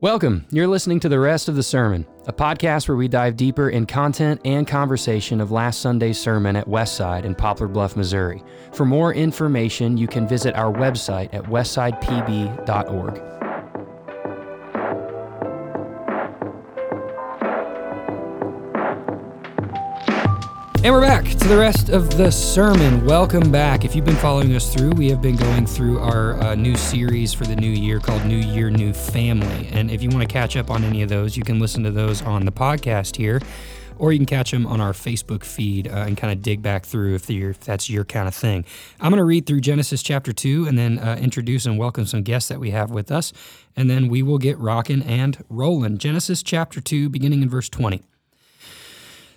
Welcome. You're listening to the rest of the sermon, a podcast where we dive deeper in content and conversation of last Sunday's sermon at Westside in Poplar Bluff, Missouri. For more information, you can visit our website at westsidepb.org. And we're back to the rest of the sermon. Welcome back. If you've been following us through, we have been going through our uh, new series for the new year called New Year, New Family. And if you want to catch up on any of those, you can listen to those on the podcast here, or you can catch them on our Facebook feed uh, and kind of dig back through if, you're- if that's your kind of thing. I'm going to read through Genesis chapter 2 and then uh, introduce and welcome some guests that we have with us. And then we will get rocking and rolling. Genesis chapter 2, beginning in verse 20.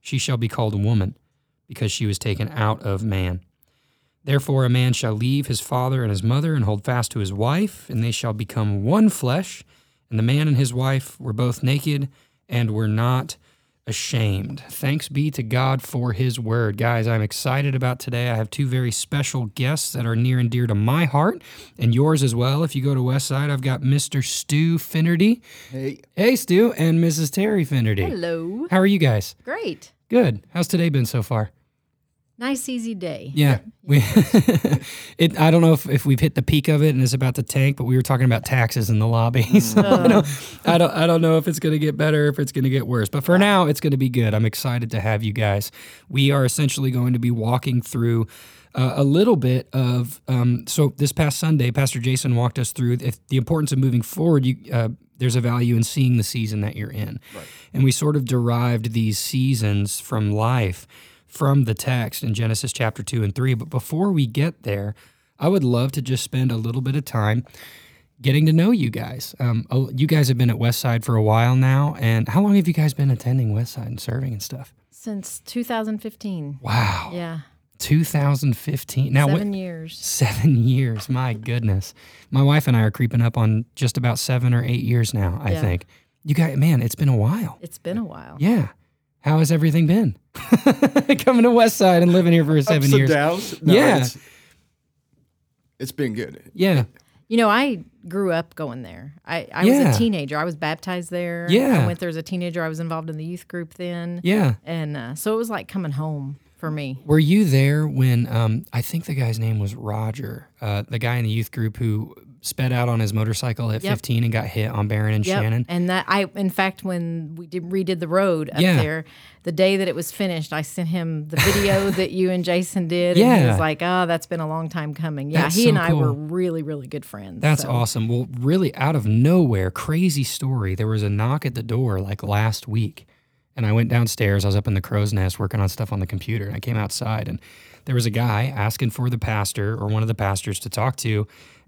she shall be called woman, because she was taken out of man. Therefore, a man shall leave his father and his mother and hold fast to his wife, and they shall become one flesh. And the man and his wife were both naked and were not ashamed. Thanks be to God for his word. Guys, I'm excited about today. I have two very special guests that are near and dear to my heart and yours as well. If you go to West Side, I've got Mr. Stu Finnerty. Hey, Hey, Stu, and Mrs. Terry Finnerty. Hello. How are you guys? Great. Good. How's today been so far? Nice, easy day. Yeah. We it I don't know if, if we've hit the peak of it and it's about to tank, but we were talking about taxes in the lobby. So I, don't, I don't I don't know if it's gonna get better, if it's gonna get worse. But for now it's gonna be good. I'm excited to have you guys. We are essentially going to be walking through uh, a little bit of um, so this past Sunday, Pastor Jason walked us through if the importance of moving forward. You, uh, there's a value in seeing the season that you're in, and we sort of derived these seasons from life from the text in Genesis chapter two and three. But before we get there, I would love to just spend a little bit of time getting to know you guys. Um, oh, you guys have been at Westside for a while now, and how long have you guys been attending Westside and serving and stuff? Since 2015. Wow, Yeah. 2015. Now, when- Seven years. Seven years. My goodness. My wife and I are creeping up on just about seven or eight years now, I Yeah. think. You got, man, it's been a while. It's been a while. Yeah. How has everything been? Coming to West Side and living here for seven ups and years. downs. No, Yeah. it's- it's been good. Yeah. You know, I grew up going there. I, I Yeah. was a teenager. I was baptized there. Yeah. I went there as a teenager. I was involved in the youth group then. Yeah. And uh, so it was like coming home for me. Were you there when um, I think the guy's name was Roger, uh, the guy in the youth group who sped out on his motorcycle at Yep. 15 and got hit on Barron and Yep. Shannon? And that I, in fact, when we did, redid the road up Yeah. there, the day that it was finished, I sent him the video that you and Jason did. And he Yeah. was like, oh, that's been a long time coming. Yeah. That's he so and I were cool. really, really good friends. That's so. awesome. Well, really, out of nowhere, crazy story. There was a knock at the door like last week, and I went downstairs. I was up in the crow's nest working on stuff on the computer, and I came outside, and there was a guy asking for the pastor or one of the pastors to talk to.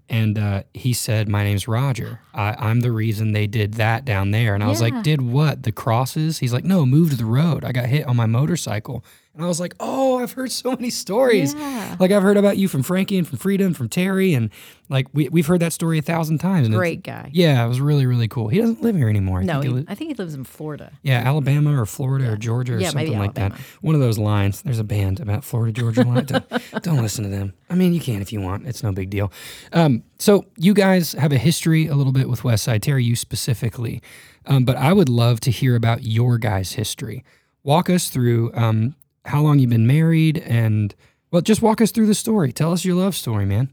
And uh, he said, My name's Roger. I, I'm the reason they did that down there. And I was like, Yeah. Did what? The crosses? He's like, No, moved the road. I got hit on my motorcycle. And I was like, Oh, I've heard so many stories. Yeah. Like I've heard about you from Frankie and from Frida and from Terry, and like we we've heard that story a thousand times. And it's- Great guy. Yeah, it was really really cool. He doesn't live here anymore. I No, think he he, li- I think he lives in Florida. yeah, Alabama or Florida or Georgia or Mm-hmm. Yeah, maybe something like that. Alabama. One of those lines. There's a band about Florida Georgia line. Don't, don't listen to them. I mean, you can if you want. It's no big deal. Um, so you guys have a history a little bit with West Side Terry, you specifically, um, but I would love to hear about your guys' history. Walk us through um, how long you've been married and. Well, just walk us through the story. Tell us your love story, man.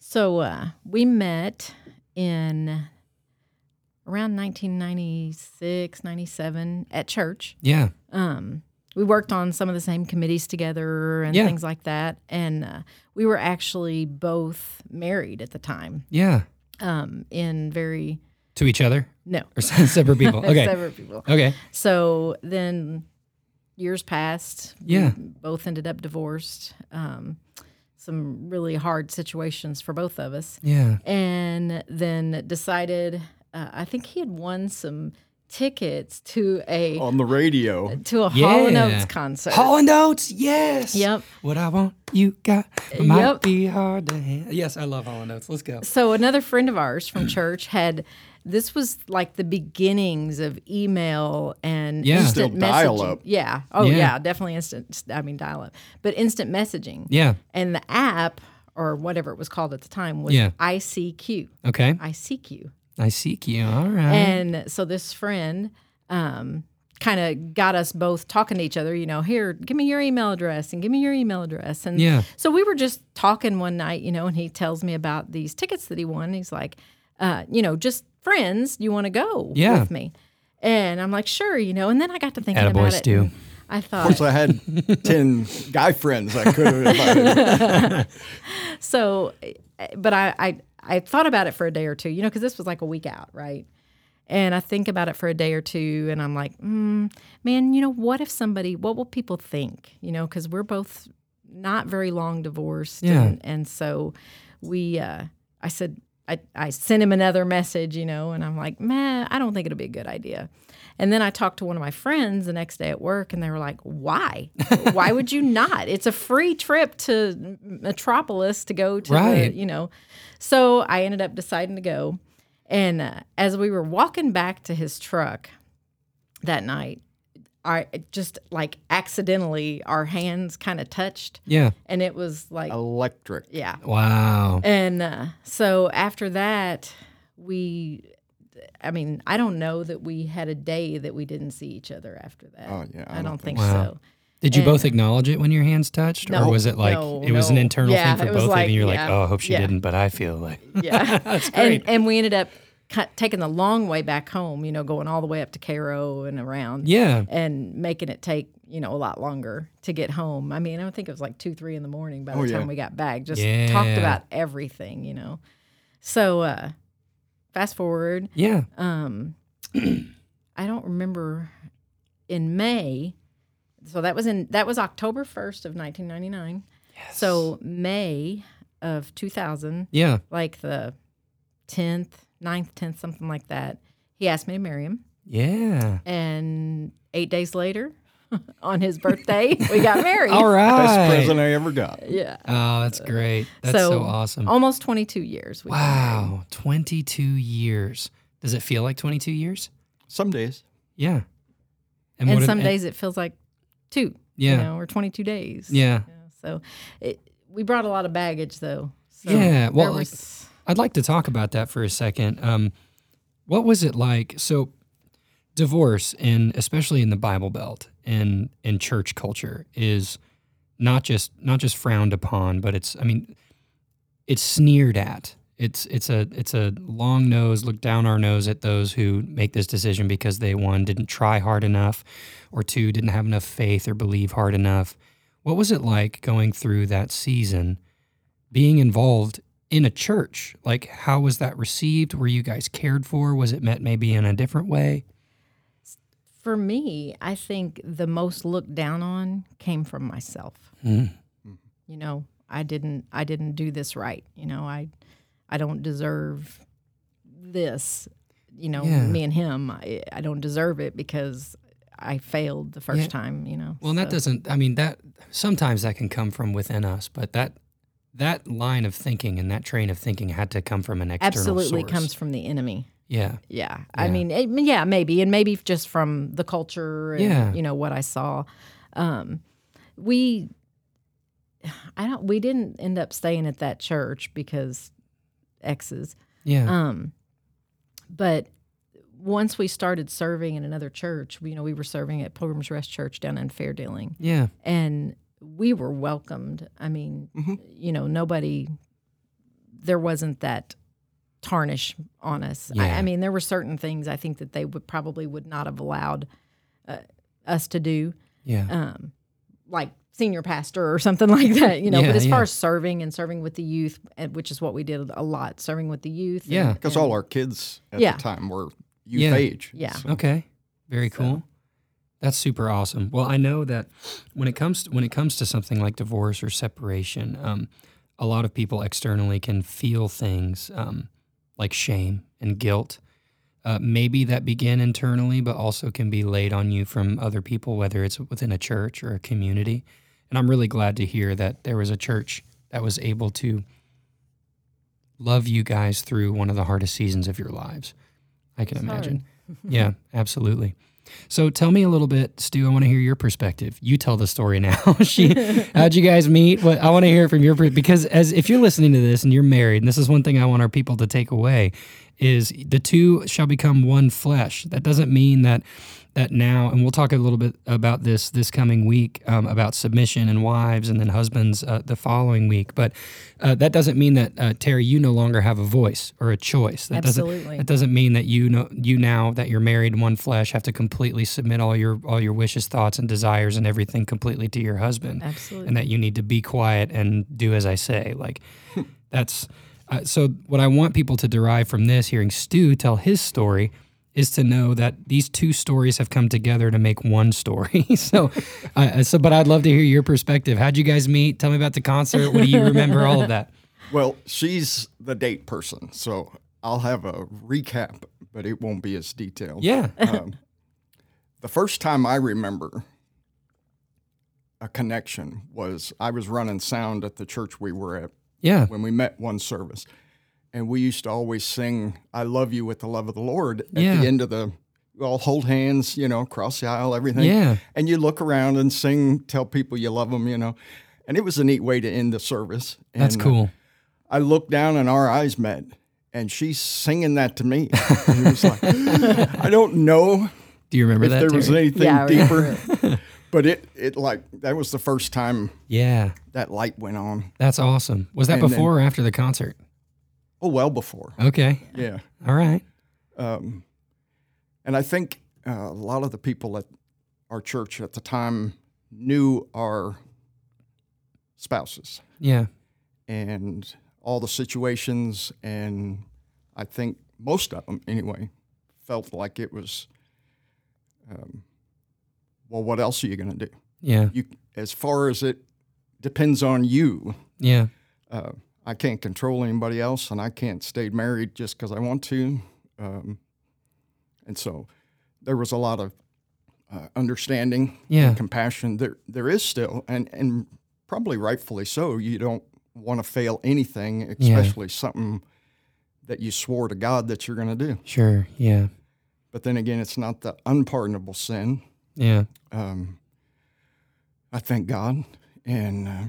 So uh, we met in around 1996, 97 at church. Yeah. Um, we worked on some of the same committees together and Yeah. things like that. And uh, we were actually both married at the time Yeah. um, in very, To each other no, or separate people. Okay. separate people. Okay. So then years passed. We Yeah. both ended up divorced. Um, some really hard situations for both of us. Yeah. And then decided, uh, I think he had won some tickets to a on the radio. to a Hall and Oh. Yeah. Oates concert. Hall and Oates, yes. Yep. What I want, you got. Might Yep. be hard to handle. Yes, I love Hall and Oates. Let's go. so another friend of ours from church had this was like the beginnings of email and Yeah. instant Still dial messaging. up. Yeah. Oh Yeah. yeah. definitely instant I mean dial up. But instant messaging. Yeah. And the app or whatever it was called at the time was Yeah. ICQ. Okay. ICQ. I seek you. All right. And so this friend um, kind of got us both talking to each other, you know, here, give me your email address and give me your email address. And Yeah. so we were just talking one night, you know, and he tells me about these tickets that he won. He's like, uh, you know, just friends, you want to go Yeah. with me? And I'm like, sure, you know. And then I got to thinking Attaboy, about it. Stu. and I thought, Of course, I had ten guy friends I could have invited. so uh, but I, I i thought about it for a day or two you know because this was like a week out right and i think about it for a day or two and i'm like mm, man you know what if somebody what will people think you know because we're both not very long divorced Yeah. and, and so we uh, i said I, I sent him another message, you know, and I'm like, man, I don't think it'll be a good idea. And then I talked to one of my friends the next day at work, and they were like, why? why would you not? It's a free trip to Metropolis to go to, the- Right. you know. So I ended up deciding to go. And uh, as we were walking back to his truck that night, I just like accidentally our hands kind of touched, yeah. and it was like, Oh. Electric. yeah. Wow. And uh, so after that, we, I mean, I don't know that we had a day that we didn't see each other after that. Oh, yeah, I, I don't, don't think, so. so. Did you both acknowledge it when your hands touched, or No, was it like no, it was an no. internal Yeah, thing it for was both of like, you? You're like, yeah, oh, I hope she yeah. didn't, but I feel like Yeah. that's great. and and we ended up cu- taking the long way back home. You know, going all the way up to Cairo and around. yeah. And making it take you know a lot longer to get home. I mean, I think it was like two, three in the morning by the Oh, yeah. time we got back. Just talked Yeah. about everything, you know. So uh, fast forward, Yeah. um, I don't remember in May. So that was in that was October first of nineteen ninety nine. So May of two thousand, Yeah. like the 10th, 9th, 10th, something like that. He asked me to marry him. Yeah. And eight days later, on his birthday, we got married. All Best right. present I ever got. Yeah. Oh, that's great. That's so, So- oh, awesome. Almost 22 years. We've been married. Wow. 22 years. Does it feel like 22 years? Some days. Yeah. And what if- some days it feels like two, Yeah. you know, or 22 days. Yeah. You know, So it, we brought a lot of baggage, though. So Yeah, there well, like- was- I'd like to talk about that for a second. Um, what was it like? So, divorce, and especially in the Bible Belt and and church culture, is not just not just frowned upon, but it's I mean, it's sneered at. It's it's a it's a long nose look down our nose at those who make this decision because they one didn't try hard enough, or two didn't have enough faith or believe hard enough. What was it like going through that season? being involved in a church like how was that received were you guys cared for was it met maybe in a different way for me, I think the most looked down on came from myself. You know, I didn't I didn't do this right. You know, I I don't deserve this. You know, Yeah. me and him, I, I don't deserve it because I failed the first Yeah. time. You know, well and that doesn't i mean that sometimes that can come from within us but that that line of thinking and that train of thinking had to come from an external absolutely source. comes from the enemy. yeah Yeah. I mean, it, yeah, maybe. And maybe just from the culture and, Yeah. you know, what I saw. Um, we, I don't, we didn't end up staying at that church because exes. yeah Um, but once we started serving in another church, we- you know, we were serving at Pilgrim's Rest Church down in Fair Dealing yeah and we were welcomed. I mean, Mm-hmm. Mhm. you know, nobody, there wasn't that tarnish on us. I, Yeah. I mean, there were certain things I think that they would probably would not have allowed uh, us to do, yeah um, like senior pastor or something like that, you know. Yeah, but as yeah. far as serving and serving with the youth, and- which is what we did a lot, serving with the youth. and- Yeah. Because all our kids at Yeah. the time were youth Yeah. age. Yeah. So Okay. Very cool. That's super awesome. Well, I know that when it comes to, when it comes to something like divorce or separation, um, a lot of people externally can feel things um, like shame and guilt. uh, maybe that begin internally, but also can be laid on you from other people, whether it's within a church or a community. And I'm really glad to hear that there was a church that was able to love you guys through one of the hardest seasons of your lives. I can It's hard. imagine. yeah, absolutely. So tell me a little bit, Stu. I want to hear your perspective. You tell the story now. she, how'd you guys meet? What I want to hear from your per- because as if you're listening to this and you're married, and this is one thing I want our people to take away is the two shall become one flesh. That doesn't mean that that now, and we'll talk a little bit about this this coming week um, about submission and wives, and then husbands uh, the following week. But uh, that doesn't mean that uh, Terry, you no longer have a voice or a choice. That Absolutely. doesn't that doesn't mean that you know you now that you're married one flesh have to completely submit all your all your wishes, thoughts, and desires and everything completely to your husband Absolutely. and that you need to be quiet and do as I say. Like that's uh, so. What I want people to derive from this, hearing Stu tell his story, is to know that these two stories have come together to make one story. so, uh, so but I'd love to hear your perspective. How'd you guys meet? Tell me about the concert. What do you remember? All of that. Well, she's the date person, so I'll have a recap, but it won't be as detailed. Um, Yeah. The first time I remember a connection was I was running sound at the church we were at Yeah. when we met one service. And we used to always sing, I love you with the love of the Lord at Yeah. the end of the, we all hold hands, you know, cross the aisle, everything. Yeah. And you look around and sing, tell people you love them, you know. And it was a neat way to end the service. And, That's uh, cool. I looked down and our eyes met, and she's singing that to me. And it was like, I don't know Do you remember if that? there was Terry? anything Yeah, I remember deeper, but it it like that was the first time yeah. that light went on. That's awesome. Was that And then- before or after the concert? Oh, well before, Okay. yeah. All right. Um, and I think uh, a lot of the people at our church at the time knew our spouses Yeah. and all the situations, and I think most of them anyway felt like it was. Um, well, what else are you going to do? Yeah. You, as far as it depends on you, Yeah. uh, I can't control anybody else, and I can't stay married just because I want to. Um, and so, there was a lot of uh, understanding, Yeah. and compassion. There, there is still, and and probably rightfully so. You don't want to fail anything, Yeah. especially something that you swore to God that you're going to do. Sure. Yeah. But then again, it's not the unpardonable sin. Yeah. Um, I thank God, and uh,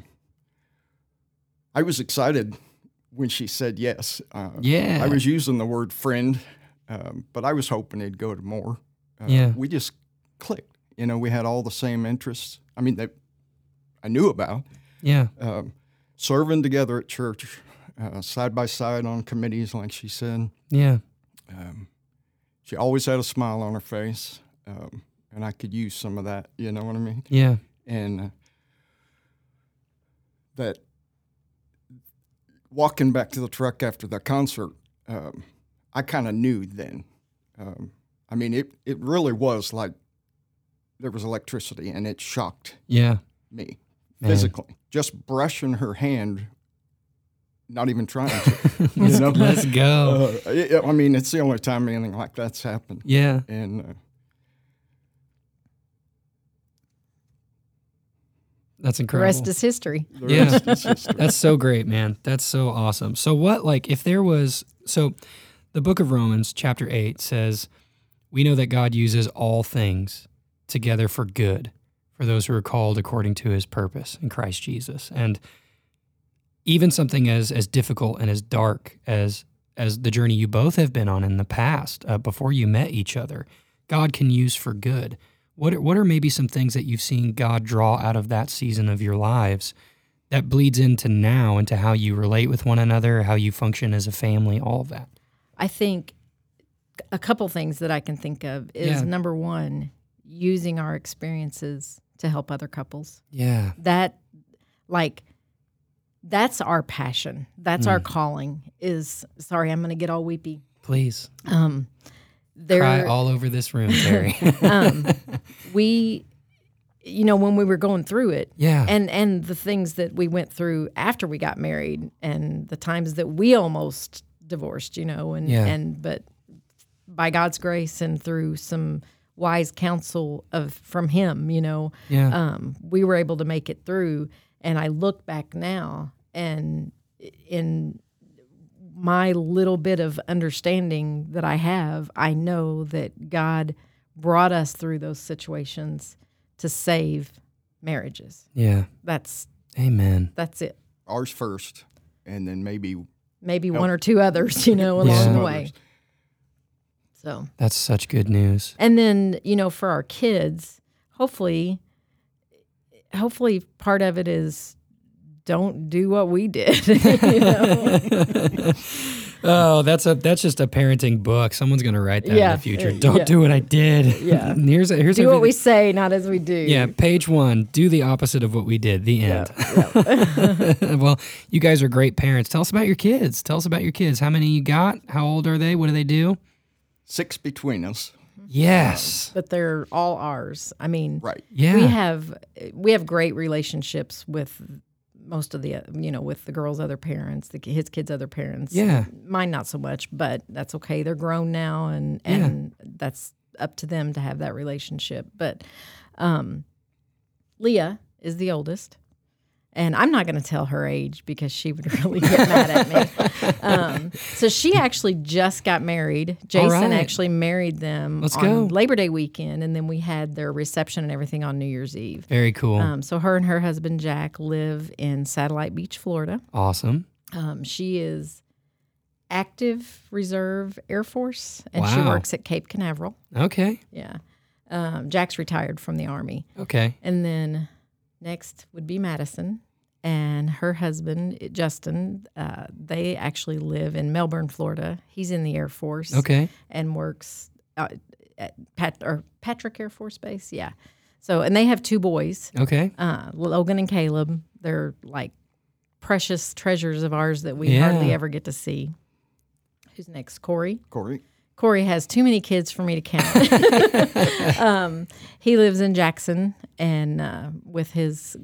I was excited when she said yes. Uh, Yeah. I was using the word friend, um, but I was hoping it'd go to more. Uh, Yeah. We just clicked. You know, we had all the same interests. I mean, that I knew about Yeah. um, serving together at church, uh, side by side on committees, like she said. Yeah. Um, she always had a smile on her face, um, and I could use some of that. You know what I mean? Yeah. and uh, that walking back to the truck after the concert, um, I kind of knew then. Um, I mean, it it really was like there was electricity, and it shocked Yeah. me Man. physically. Just brushing her hand, not even trying to. you Let's, know, let's go. uh, it- it- I mean, it's the only time anything like that's happened yeah. and uh, That's The incredible. rest is history. the Yeah. rest is history. That's so great, man. That's so awesome. So what like if there was so the book of Romans chapter 8 says we know that God uses all things together for good for those who are called according to his purpose in Christ Jesus. And even something as as difficult and as dark as as the journey you both have been on in the past uh, before you met each other, God can use for good. What are, what are maybe some things that you've seen God draw out of that season of your lives that bleeds into now into how you relate with one another, how you function as a family, all of that. I think a couple things that I can think of is Yeah. number one, using our experiences to help other couples. Yeah. That, like, that's our passion. That's Mm. our calling. Is sorry, I'm going to get all weepy. Please Um, there, cry all over this room, Terry. um, we, you know, when we were going through it, yeah. and and the things that we went through after we got married and the times that we almost divorced you know and Yeah. and but by God's grace and through some wise counsel of from Him, you know, Yeah. um, we were able to make it through. And I look back now, and in my little bit of understanding that I have, I know that God brought us through those situations to save marriages. yeah. That's Amen. that's it. Ours first, and then maybe Maybe one or two others, you know, along Yeah. the way. So. That's such good news. And then, you know, for our kids, hopefully, hopefully part of it is don't do what we did. you know? Oh, that's a that's just a parenting book. Someone's gonna write that in Yeah. the future. Yeah. Don't do what I did. Yeah. here's a, here's do what everything- we say, not as we do. Yeah, page one, do the opposite of what we did. The end. well, you guys are great parents. Tell us about your kids. Tell us about your kids. How many you got? How old are they? What do they do? six between us. Yes. But they're all ours. I mean, Right. Yeah. we have we have great relationships with most of the you know with the girls' other parents, the, his kids' other parents. Yeah. mine not so much, but that's okay. They're grown now, and Yeah. and that's up to them to have that relationship. But um, Leah is the oldest, and I'm not going to tell her age because she would really get mad at me. Um, so she actually just got married. Jason right. actually married them Let's on go. Labor Day weekend, and then we had their reception and everything on New Year's Eve. Very cool. Um, so her and her husband Jack live in Satellite Beach, Florida. awesome. Um, she is active reserve Air Force, and she Wow. works at Cape Canaveral. Okay. Yeah, um, Jack's retired from the Army, Okay. and then next would be Madison and her husband eh, Justin. Uh, they actually live in Melbourne, Florida. He's in the Air Force Okay. and works uh, at Pat or Patrick Air Force Base. Yeah, so and they have two boys Okay. uh, Logan and Caleb. They're like precious treasures of ours that we Yeah. hardly ever get to see. Who's next? Corey. Corey. Corey has too many kids for me to count. um, he lives in Jackson and uh, with his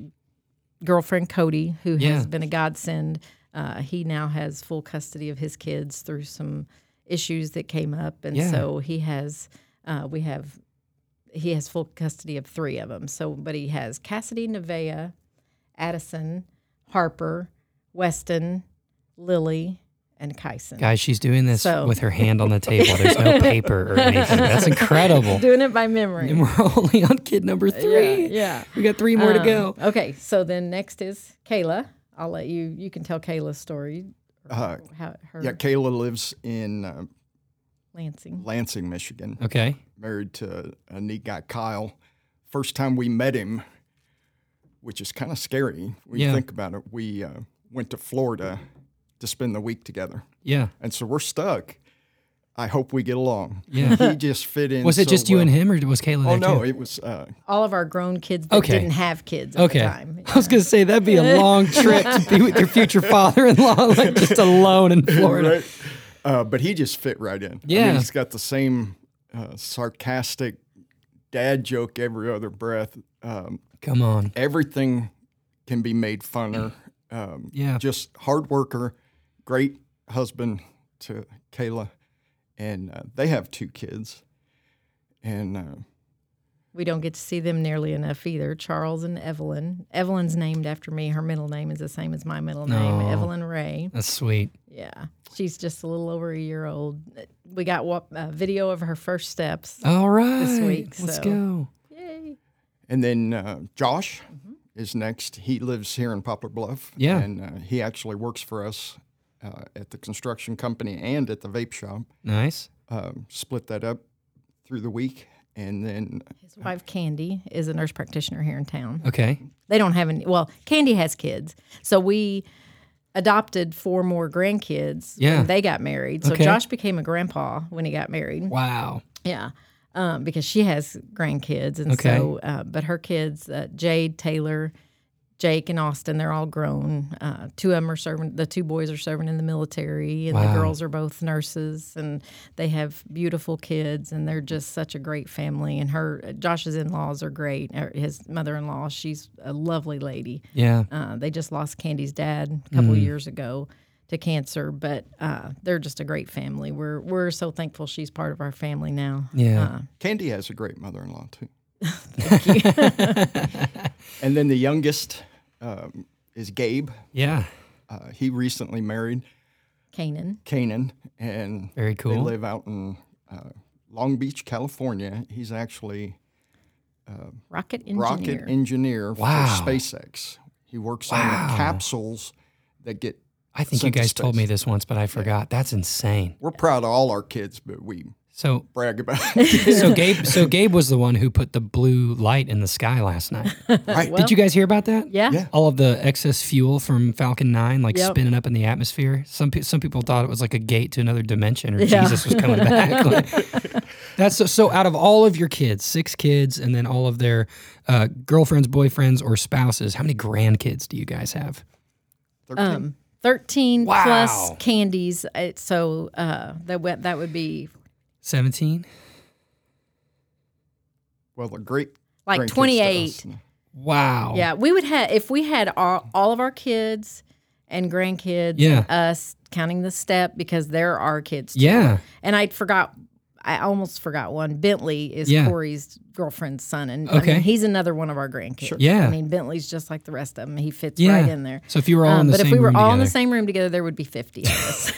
girlfriend Cody, who Yeah. has been a godsend. Uh, he now has full custody of his kids through some issues that came up, and Yeah. so he has. Uh, we have. He has full custody of three of them. So, but he has Cassidy, Nevaeh, Addison, Harper, Weston, Lily, and Kyson. Guys, she's doing this So- with her hand on the table. There's no paper or anything. That's incredible. Doing it by memory. And we're only on kid number three. Yeah. yeah. We got three more to Um, go. Okay, so then next is Kayla. I'll let you. You can tell Kayla's story. Uh, How her yeah, Kayla lives in uh, Lansing. Lansing, Michigan. Okay. Married to a neat guy, Kyle. First time we met him, which is kind of scary when Yeah. you think about it. We uh, went to Florida to spend the week together, Yeah. and so we're stuck. I hope we get along. Yeah. he just fit in. Was it so just you well. and him, or was Kayla Oh there no, too? it was uh, All of our grown kids that Okay. didn't have kids at Okay. the time. I was gonna say that'd be a long trip to be with your future father-in-law, like just alone in Florida. Right. Uh, but he just fit right in. I mean, Yeah. he's got the same uh, sarcastic dad joke every other breath. Um, Come on, everything can be made funner. Um, yeah, Just hard worker, great husband to Kayla, and uh, they have two kids. And uh, We don't get to see them nearly enough either. Charles and Evelyn. Evelyn's named after me. Her middle name is the same as my middle No. name, Evelyn Ray. that's sweet. Yeah, she's just a little over a year old. We got wa- a video of her first steps. All right, week, let's so- go. Yay! and then uh, Josh is next. He lives here in Poplar Bluff. Mm-hmm. Yeah. and uh, he actually works for us uh, at the construction company and at the vape shop. Nice. um, split that up through the week, and then His wife Candy is a nurse practitioner here in town. Okay, They don't have any. Well, Candy has kids, so we adopted four more grandkids. Yeah. when they got married. So Okay. Josh became a grandpa when he got married. wow. Yeah, um, because she has grandkids, and Okay. so uh, but her kids, uh, Jade, Taylor, Jake, and Austin, they're all grown. Uh, two of them are serving. The two boys are serving in the military, and Wow. the girls are both nurses, and they have beautiful kids, and they're just such a great family. And her Josh's in laws are great. Uh, His mother in law, she's a lovely lady. Yeah, Mm. Uh, they just lost Candy's dad a couple years ago. to cancer, but uh, they're just a great family. We're we're so thankful she's part of our family now. Yeah. Uh, Candy has a great mother in law, too. Oh, And then the youngest um, is Gabe. yeah. Uh, he recently married Canaan. Canaan, and Very they cool. live out in uh, Long Beach, California. He's actually Rocket engineer. rocket engineer Wow. for SpaceX. He works on Wow. the capsules that get. I think you sent to guys told me space. this once, but I forgot. That's insane. We're proud of all our kids, but we So brag about it. so Gabe so Gabe was the one who put the blue light in the sky last night. right? Did you guys hear about that? Yeah. Yeah. All of the excess fuel from Falcon 9 like Yep. spinning up in the atmosphere. Some pe- some people thought it was like a gate to another dimension or Yeah. Jesus was coming back. Like, that's so, so out of all of your kids, six kids and then all of their uh, girlfriends, boyfriends or spouses, how many grandkids do you guys have? 13. Um, 13 Wow. plus candies. It, so uh, that, w- that would be 17? well, the great. like grandkids to us. 28. Wow. Yeah, we would have if we had all, all of our kids and grandkids. Yeah. and us counting the step because they're our kids. Too. Yeah. and I forgot. I almost forgot one. Bentley is Yeah. Corey's girlfriend's son, and I Okay. mean, he's another one of our grandkids. Yeah. I mean Bentley's just like the rest of them. He fits Yeah. right in there. So if you were all in Um, the but same if we were room all in together, the same room together, there would be fifty of us.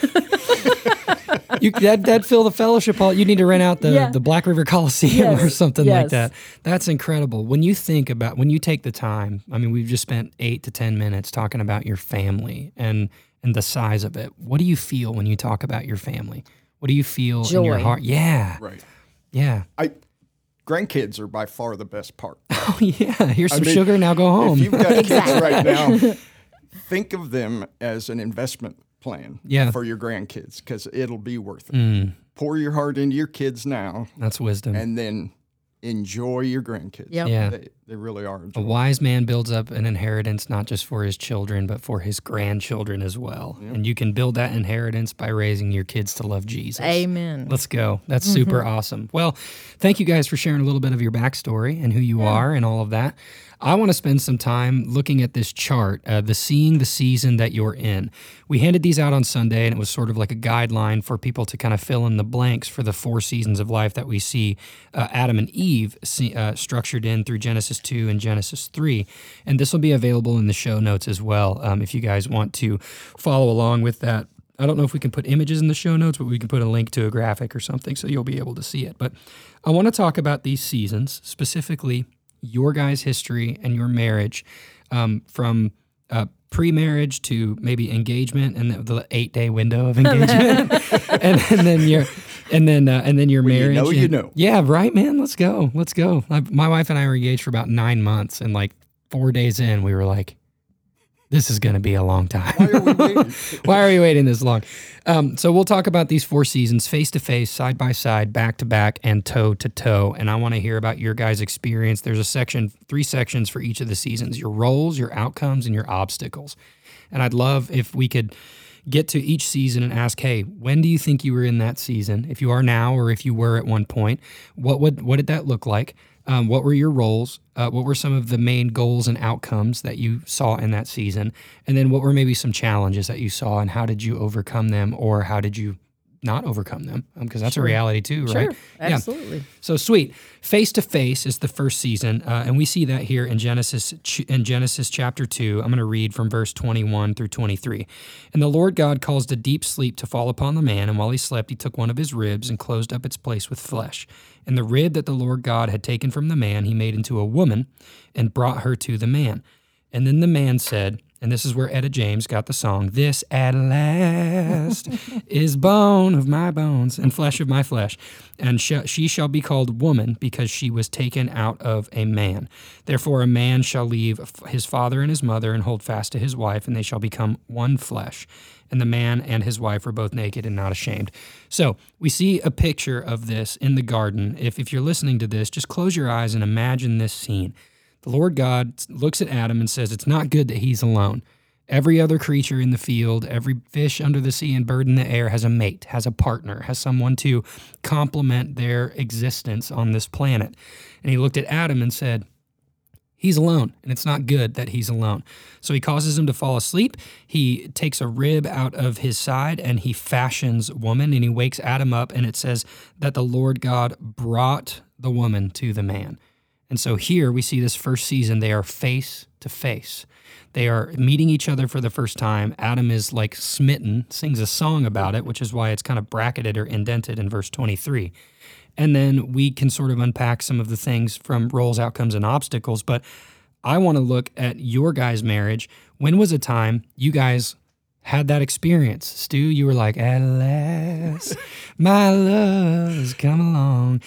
you that that fill the fellowship hall. You need to rent out the, Yeah. the Black River Coliseum or Yes, something like yes. that. That's incredible. When you think about when you take the time, I mean, we've just spent eight to ten minutes talking about your family and and the size of it. What do you feel when you talk about your family? What do you feel in your Joy. heart? Yeah, Right. yeah. I grandkids are by far the best part. Oh yeah. Here's some mean, sugar. Now go If home. you've got kids Exactly. right now, think of them as an investment plan Yeah. Mm. for your grandkids because it'll be worth it. Pour your heart into your kids now That's wisdom. and then enjoy your grandkids. Yep. yeah. Oh. They, they really are. A wise man builds up an inheritance not just for his children, but for his grandchildren as well. And you can build that inheritance by raising your kids to love Jesus. Amen. Let's go. That's super awesome. Well, thank you guys for sharing a little bit of your backstory and who you are and all of that. I want to spend some time looking at this chart, uh, the seeing the season that you're in. We handed these out on Sunday, and it was sort of like a guideline for people to kind of fill in the blanks for the four seasons of life that we see uh, Adam and Eve see, uh, structured in through Genesis 2 and Genesis 3. And this will be available in the show notes as well um, if you guys want to follow along with that. I don't know if we can put images in the show notes, but we can put a link to a graphic or something so you'll be able to see it. But I want to talk about these seasons, specifically your guys' history and your marriage um, from uh, pre marriage to maybe engagement and the, the eight day window of engagement. and, and then your. And then, uh, and then your you marriage. know, you and- know. Yeah, right, man. Let's go. Let's go. I, my wife and I were engaged for about nine months, and like four days in, we were like, "This is going to be a long time." Why are we waiting? Why are we waiting this long? Um, so we'll talk about these four seasons face to face, side by side, back to back, and toe to toe. And I want to hear about your guys' experience. There's a section, three sections for each of the seasons: your roles, your outcomes, and your obstacles. And I'd love if we could get to each season and ask, "Hey, when do you think you were in that season? If you are now, or if you were at one point, what would what did that look like? Um, what were your roles? Uh, what were some of the main goals and outcomes that you saw in that season? And then what were maybe some challenges that you saw, and how did you overcome them, or how did you not overcome them? Because that's a reality too, Sure, right? Yeah. absolutely. So sweet. Face to face is the first season, uh, and we see that here in Genesis ch- in Genesis chapter two. I'm going to read from verse 21 through 23. And the Lord God caused a deep sleep to fall upon the man, and while he slept, he took one of his ribs and closed up its place with flesh. And the rib that the Lord God had taken from the man, he made into a woman, and brought her to the man. And then the man said, and this is where Etta James got the song, This at last is bone of my bones and flesh of my flesh. And sh- she shall be called woman because she was taken out of a man. Therefore, a man shall leave f- his father and his mother and hold fast to his wife, and they shall become one flesh. And the man and his wife were both naked and not ashamed. So we see a picture of this in the garden. If, if you're listening to this, just close your eyes and imagine this scene. The Lord God looks at Adam and says, It's not good that he's alone. Every other creature in the field, every fish under the sea and bird in the air has a mate, has a partner, has someone to complement their existence on this planet. And he looked at Adam and said, He's alone, and it's not good that he's alone. So he causes him to fall asleep. He takes a rib out of his side and he fashions woman, and he wakes Adam up. And it says that the Lord God brought the woman to the man. And so here we see this first season, they are face to face. They are meeting each other for the first time. Adam is like smitten, sings a song about it, which is why it's kind of bracketed or indented in verse 23. And then we can sort of unpack some of the things from roles, outcomes, and obstacles. But I want to look at your guys' marriage. When was a time you guys had that experience? Stu, you were like, at last, my love has come along.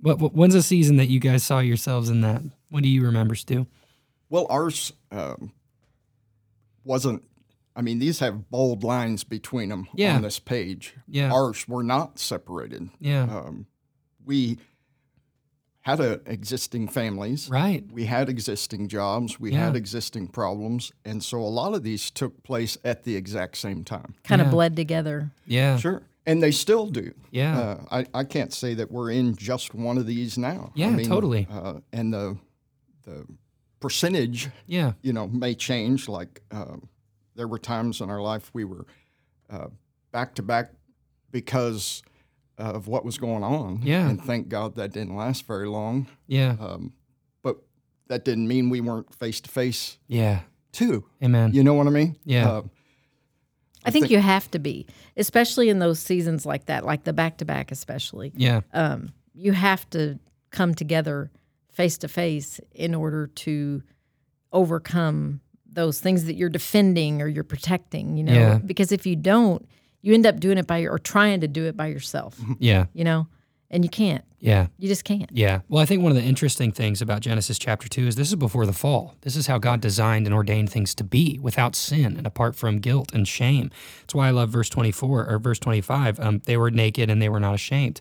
What, what, when's the season that you guys saw yourselves in that? When do you remember, Stu? Well, ours um, wasn't. I mean, these have bold lines between them Yeah. on this page. Yeah. Ours were not separated. Yeah. Um, we had a, existing families. right. We had existing jobs. We Yeah. had existing problems. And so a lot of these took place at the exact same time. Kind Yeah. of bled together. Yeah. Sure. And they still do. Yeah. Uh, I, I can't say that we're in just one of these now. I Yeah, mean, totally. Uh, and the, the percentage yeah. you know, may change. Like uh, there were times in our life we were uh, back to back because of what was going on. Yeah. And thank God that didn't last very long. Yeah. Um, but that didn't mean we weren't face to face Yeah. too. Amen. You know what I mean? Yeah. Uh, I think you have to be, especially in those seasons like that, like the back to back, especially. Yeah. Um, you have to come together face to face in order to overcome those things that you're defending or you're protecting, you know? Yeah. Because if you don't, you end up doing it by your, or trying to do it by yourself, Yeah. you know? And you can't. Yeah. You just can't. Yeah. Well, I think one of the interesting things about Genesis chapter 2 is this is before the fall. This is how God designed and ordained things to be without sin and apart from guilt and shame. That's why I love verse 24 or verse 25. Um, they were naked and they were not ashamed.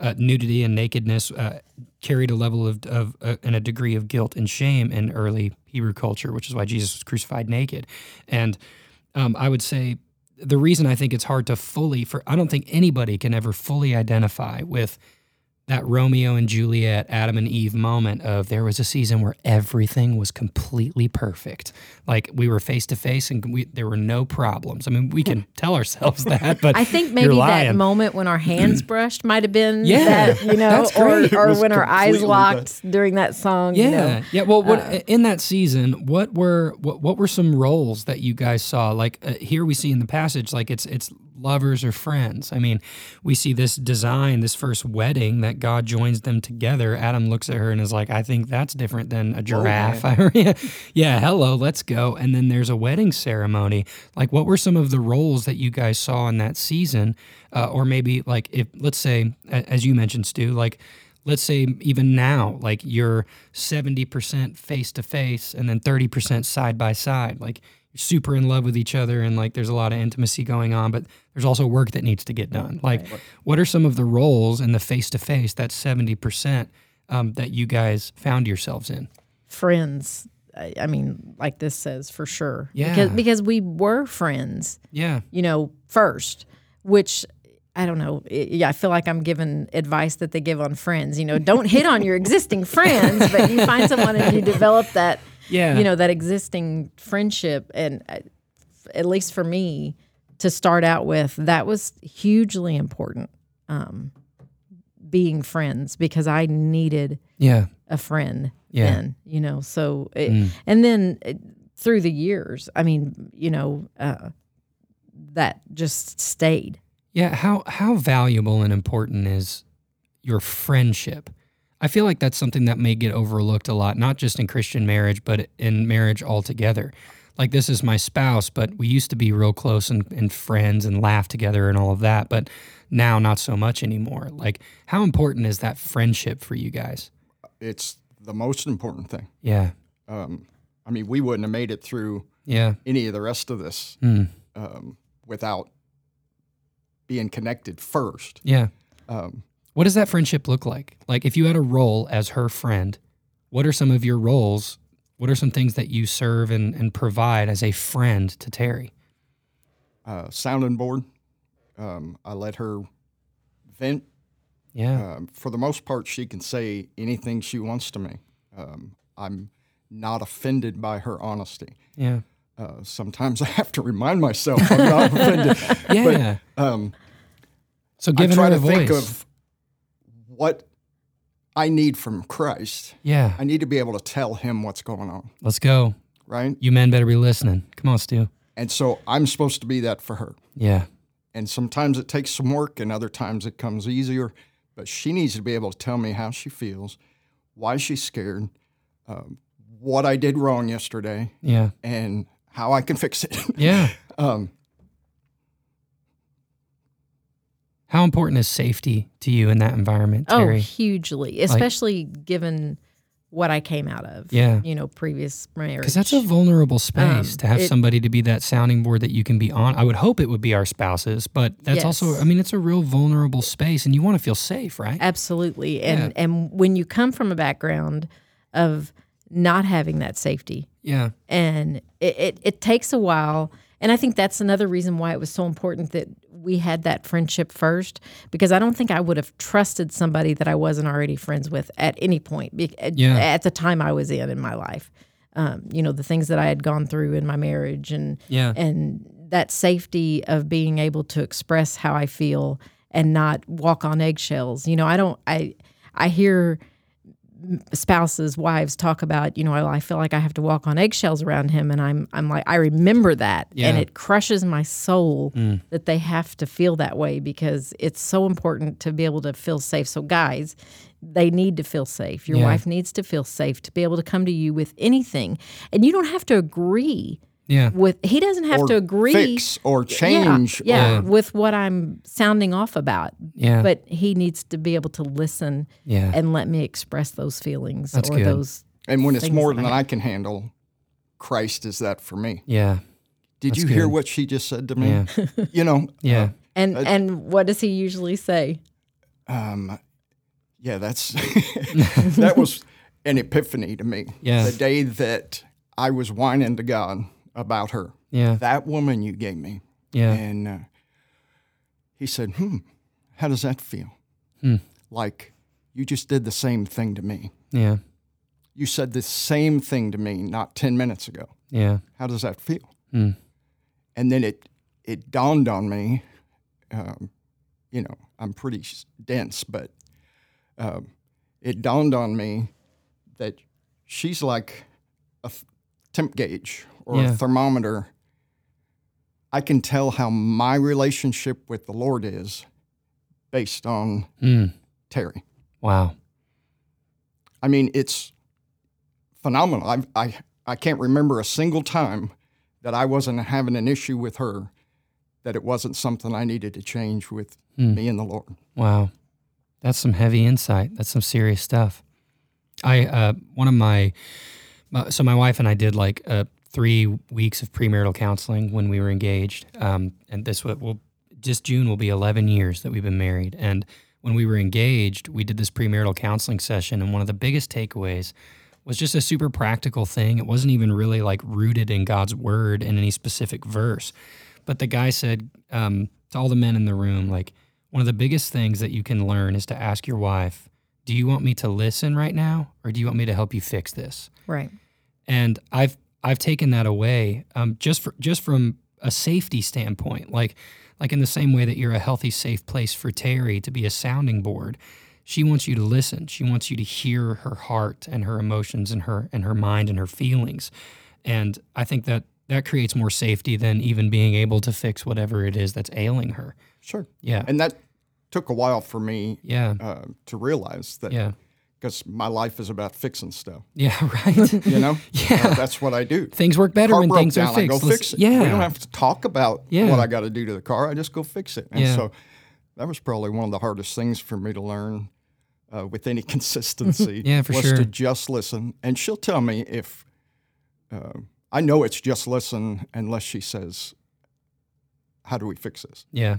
Uh, nudity and nakedness uh, carried a level of, of uh, and a degree of guilt and shame in early Hebrew culture, which is why Jesus was crucified naked. And um, I would say the reason I think it's hard to fully, for I don't think anybody can ever fully identify with that Romeo and Juliet, Adam and Eve moment of there was a season where everything was completely perfect. Like we were face to face and we, there were no problems. I mean, we can tell ourselves that, but I think you're maybe that lying. moment when our hands brushed might have been Yeah, that, you know, that's great. or, It or was when our eyes completely locked during that song. Yeah, You know. Uh, yeah. Well, what, in that season, what were what, what were some roles that you guys saw? Like uh, here we see in the passage, like it's it's lovers or friends. I mean, we see this design, this first wedding that God joins them together. Adam looks at her and is like, "I think that's different than Oh, a giraffe." yeah, yeah. Hello, let's go. And then there's a wedding ceremony. Like, what were some of the roles that you guys saw in that season, uh, or maybe like if let's say, a- as you mentioned, Stu, like let's say even now like you're 70% face to face and then 30% side by side like you're super in love with each other and like there's a lot of intimacy going on but there's also work that needs to get done like what are some of the roles in the face to face that 70% um, that you guys found yourselves in Friends. I, I mean, like this says for sure. Yeah. Because, because we were friends, yeah you know, first, which I don't know. I- Yeah, I feel like I'm giving advice that they give on friends. You know, don't hit on your existing friends, but you find someone and you develop that yeah you know that existing friendship and uh, f- at least for me to start out with that was hugely important um, being friends because i needed yeah a friend Yeah. Mm. then you know so it, and then uh, through the years i mean you know uh, that just stayed Yeah, how how valuable and important is your friendship? I feel like that's something that may get overlooked a lot, not just in Christian marriage, but in marriage altogether. Like this is my spouse, but we used to be real close and, and friends and laugh together and all of that, but now not so much anymore. Like how important is that friendship for you guys? it's the most important thing. Yeah. Um, I mean, we wouldn't have made it through Yeah. any of the rest of this Mm. um, without being connected first. Yeah. Um, What does that friendship look like? Like, if you had a role as her friend, what are some of your roles? What are some things that you serve and, and provide as a friend to Terry? uh, sounding board. Um, I let her vent. Yeah. Uh, Um, for the most part, she can say anything she wants to me. Um, I'm not offended by her honesty. Yeah. Uh, sometimes I have to remind myself I'm not offended. Yeah. Um, so I giving try her to a voice. think of what I need from Christ. yeah. I need to be able to tell him what's going on, Let's go. right? You men better be listening. Come on, Stu. And so I'm supposed to be that for her. Yeah. And sometimes it takes some work, and other times it comes easier. But she needs to be able to tell me how she feels, why she's scared, um, what I did wrong yesterday, Yeah. and how I can fix it. Yeah. um, How important is safety to you in that environment, Oh, Terry? hugely, especially given what I came out of. Yeah. you know, previous marriage. Because that's a vulnerable space Um, to have it- somebody to be that sounding board that you can be on. I would hope it would be our spouses, but that's also, Yes. I mean, it's a real vulnerable space and you want to feel safe, right? absolutely, and and when you come from a background of not having that safety, yeah. and it, it, it takes a while. And I think that's another reason why it was so important that we had that friendship first, because I don't think I would have trusted somebody that I wasn't already friends with at any point bec- at, Yeah. at the time I was in in my life. Um, you know, the things that I had gone through in my marriage and Yeah. and that safety of being able to express how I feel and not walk on eggshells. You know, I don't I I hear spouses, wives talk about, you know, "Oh, I, I feel like I have to walk on eggshells around him, and I'm, I'm like, I remember that, and Yeah. Mm. it crushes my soul that they have to feel that way because it's so important to be able to feel safe. So, guys, they need to feel safe. Your Yeah. wife needs to feel safe to be able to come to you with anything, and you don't have to agree Yeah. with. He doesn't have or to agree. fix or Yeah, change. yeah, Yeah. with what I'm sounding off about. Yeah. But he needs to be able to listen yeah. and let me express those feelings That's or good. those. And when it's things more like than I can handle, Christ is that for me. yeah. Did That's you hear good. what she just said to me? Yeah. You know, Yeah. And and what does he usually say? um, yeah, that's that was an epiphany to me. Yeah. The day that I was whining to God about her, Yeah. that woman you gave me, Yeah. and uh, he said, "Hmm, how does that feel? Hmm. Like you just did the same thing to me. Yeah. You said the same thing to me not ten minutes ago. Yeah. How does that feel?" Hmm. and then it it dawned on me, um, you know, I'm pretty s- dense, but um, it dawned on me that she's like a th- temp gauge or Yeah. a thermometer. I can tell how my relationship with the Lord is based on Mm. Terry. Wow. I mean, it's phenomenal. I, I, I can't remember a single time that I wasn't having an issue with her, that it wasn't something I needed to change with Hmm. me and the Lord. Wow. That's some heavy insight. That's some serious stuff. I, uh, one of my, my so my wife and I did like uh, three weeks of premarital counseling when we were engaged. Um, and this will, will, just June will be 11 years that we've been married. And when we were engaged, we did this premarital counseling session. And one of the biggest takeaways was just a super practical thing. It wasn't even really like rooted in God's word in any specific verse. But the guy said um, to all the men in the room, like, one of the biggest things that you can learn is to ask your wife, do you want me to listen right now or do you want me to help you fix this? Right. and I've I've taken that away um, just for, just from a safety standpoint, like like in the same way that you're a healthy, safe place for Terry to be a sounding board. She wants you to listen. She wants you to hear her heart and her emotions and her and her mind and her feelings, and I think that that creates more safety than even being able to fix whatever it is that's ailing her. Sure. Yeah, And that took a while for me yeah, uh, to realize that yeah, because my life is about fixing stuff, yeah. Right. you know? Yeah. Uh, that's what I do. things work better Car when broke things down, are fixed. I go Let's- fix it. Yeah. We don't have to talk about Yeah. what I got to do to the car. I just go fix it. And Yeah. so that was probably one of the hardest things for me to learn uh, with any consistency. Yeah, for was sure. to just listen. And she'll tell me if uh, I know it's just listen unless she says, "How do we fix this?" Yeah,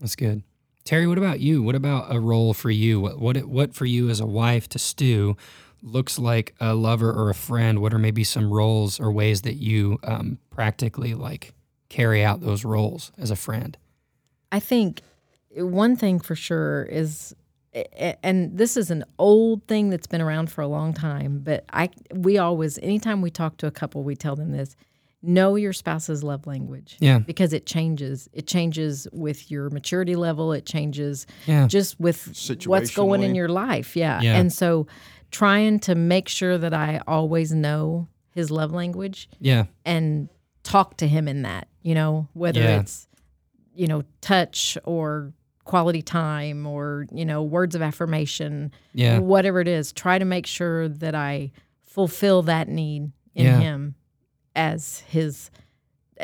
that's good. Terry, what about you? What about a role for you? What what what for you as a wife to stew looks like a lover or a friend? What are maybe some roles or ways that you um, practically like carry out those roles as a friend? I think one thing for sure is a- and this is an old thing that's been around for a long time but i we always anytime we talk to a couple we tell them this know your spouse's love language Yeah. because it changes it changes with your maturity level it changes Yeah. just with what's going in Situationally. your life yeah. Yeah. and so trying to make sure that i always know his love language Yeah. and talk to him in that, you know, whether Yeah. it's, you know, touch or quality time or, you know, words of affirmation, Yeah. whatever it is, try to make sure that I fulfill that need in Yeah. him as his,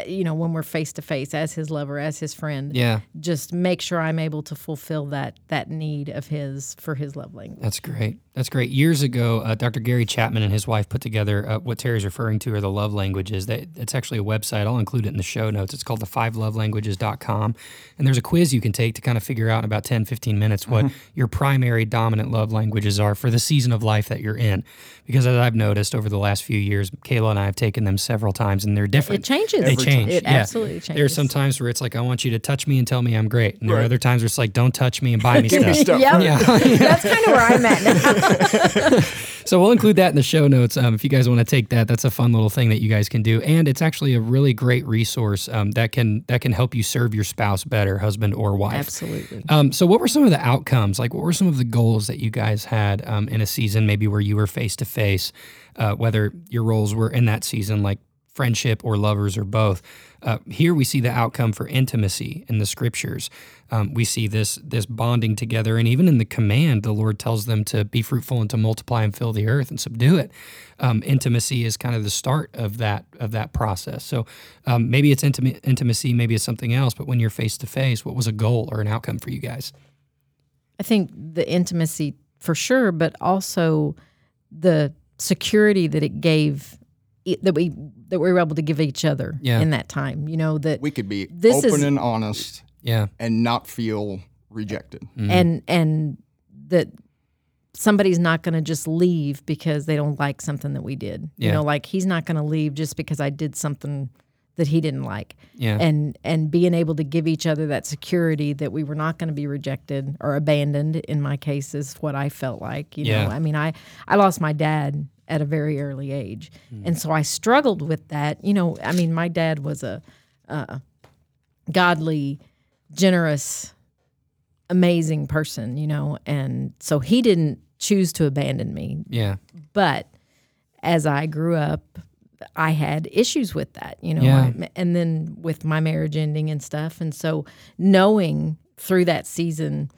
you know, when we're face to face, as his lover, as his friend. Yeah. Just make sure I'm able to fulfill that that need of his for his love language. That's great. That's great. Years ago, uh, Dr. Gary Chapman and his wife put together uh, what Terry's referring to are the love languages. That It's actually a website. I'll include it in the show notes. It's called thefivelovelanguages.com. And there's a quiz you can take to kind of figure out in about 10, 15 minutes what Mm-hmm. your primary dominant love languages are for the season of life that you're in. Because as I've noticed over the last few years, Kayla and I have taken them several times and they're different. It changes. They change. It yeah. absolutely changes. There are some times where it's like, I want you to touch me and tell me I'm great. And there are Right. other times where it's like, don't touch me and buy me Give me stuff. stuff. Yep. right? Yeah. That's kind of where I'm at now. So we'll include that in the show notes um, if you guys want to take that. That's a fun little thing that you guys can do, and it's actually a really great resource um, that can that can help you serve your spouse better, husband or wife. Absolutely. Um, so what were some of the outcomes? Like, what were some of the goals that you guys had um, in a season, maybe where you were face to face, uh, whether your roles were in that season, like friendship or lovers or both? Uh, here we see the outcome for intimacy in the scriptures. Um, we see this this bonding together, and even in the command, the Lord tells them to be fruitful and to multiply and fill the earth and subdue it. Um, intimacy is kind of the start of that of that process. So um, maybe it's intima- intimacy, maybe it's something else. But when you're face to face, what was a goal or an outcome for you guys? I think the intimacy for sure, but also the security that it gave i- that we that we were able to give each other Yeah. in that time. You know that We could be This open is- and honest Yeah, and not feel rejected. and and that somebody's not going to just leave because they don't like something that we did. Yeah. You know, like he's not going to leave just because I did something that he didn't like. yeah, and and being able to give each other that security that we were not going to be rejected or abandoned in my case is what I felt like you Yeah. know I mean I I lost my dad at a very early age Mm. and so I struggled with that you know I mean my dad was a uh, godly generous amazing person you know and so he didn't choose to abandon me yeah, but as I grew up, I had issues with that, you know, Yeah. I- and then with my marriage ending and stuff. And so knowing through that season,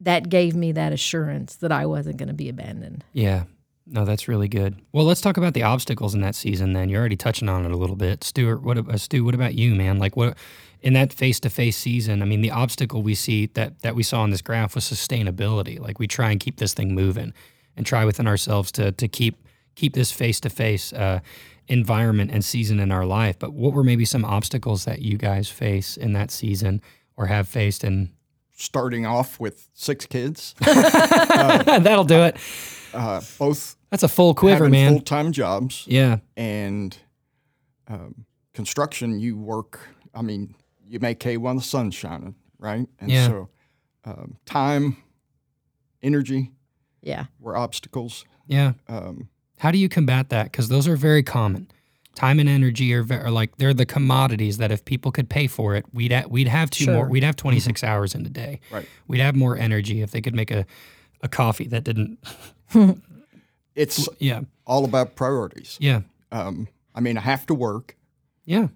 that gave me that assurance that I wasn't going to be abandoned. yeah. No, that's really good. Well, let's talk about the obstacles in that season. Then you're already touching on it a little bit, Stuart. What ab- uh, Stu? What about you, man? Like what in that face to face season? I mean, the obstacle we see that that we saw on this graph was sustainability. Like we try and keep this thing moving, and try within ourselves to to keep keep this face to face environment and season in our life. But what were maybe some obstacles that you guys face in that season or have faced? And Starting off with six kids, that'll do it. uh, both That's a full quiver, having man. full time jobs yeah, and um, construction. You work. I mean, you make hay when the sun's shining, right? And Yeah. so, um, time, energy Yeah. were obstacles. yeah. Um, How do you combat that? Because those are very common. Time and energy are, ve- are like they're the commodities that if people could pay for it, we'd ha- we'd have two Sure. more. We'd have twenty hours in a day. Mm-hmm. Right. We'd have more energy if they could make a a coffee that didn't. it's Yeah. all about priorities. Yeah. Um, I mean, I have to work Yeah.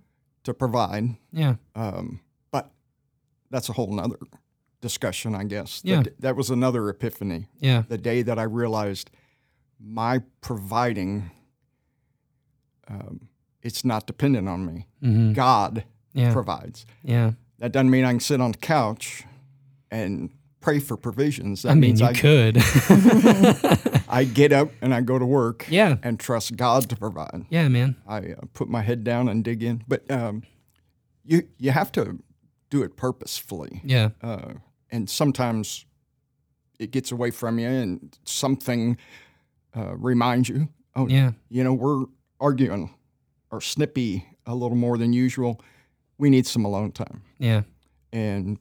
to provide, Yeah. um, but that's a whole nother discussion, I guess. The Yeah. d- that was another epiphany Yeah. the day that I realized my providing, um, it's not dependent on me. Mm-hmm. God Yeah. provides. Yeah. That doesn't mean I can sit on the couch and pray for provisions. That I mean, means you I, could. I get up and I go to work yeah. and trust God to provide. Yeah, man. I uh, put my head down and dig in. But um, you you have to do it purposefully, Yeah. uh, and sometimes it gets away from you, and something uh, reminds you. Oh, Yeah. you know we're arguing or snippy a little more than usual. We need some alone time, Yeah. and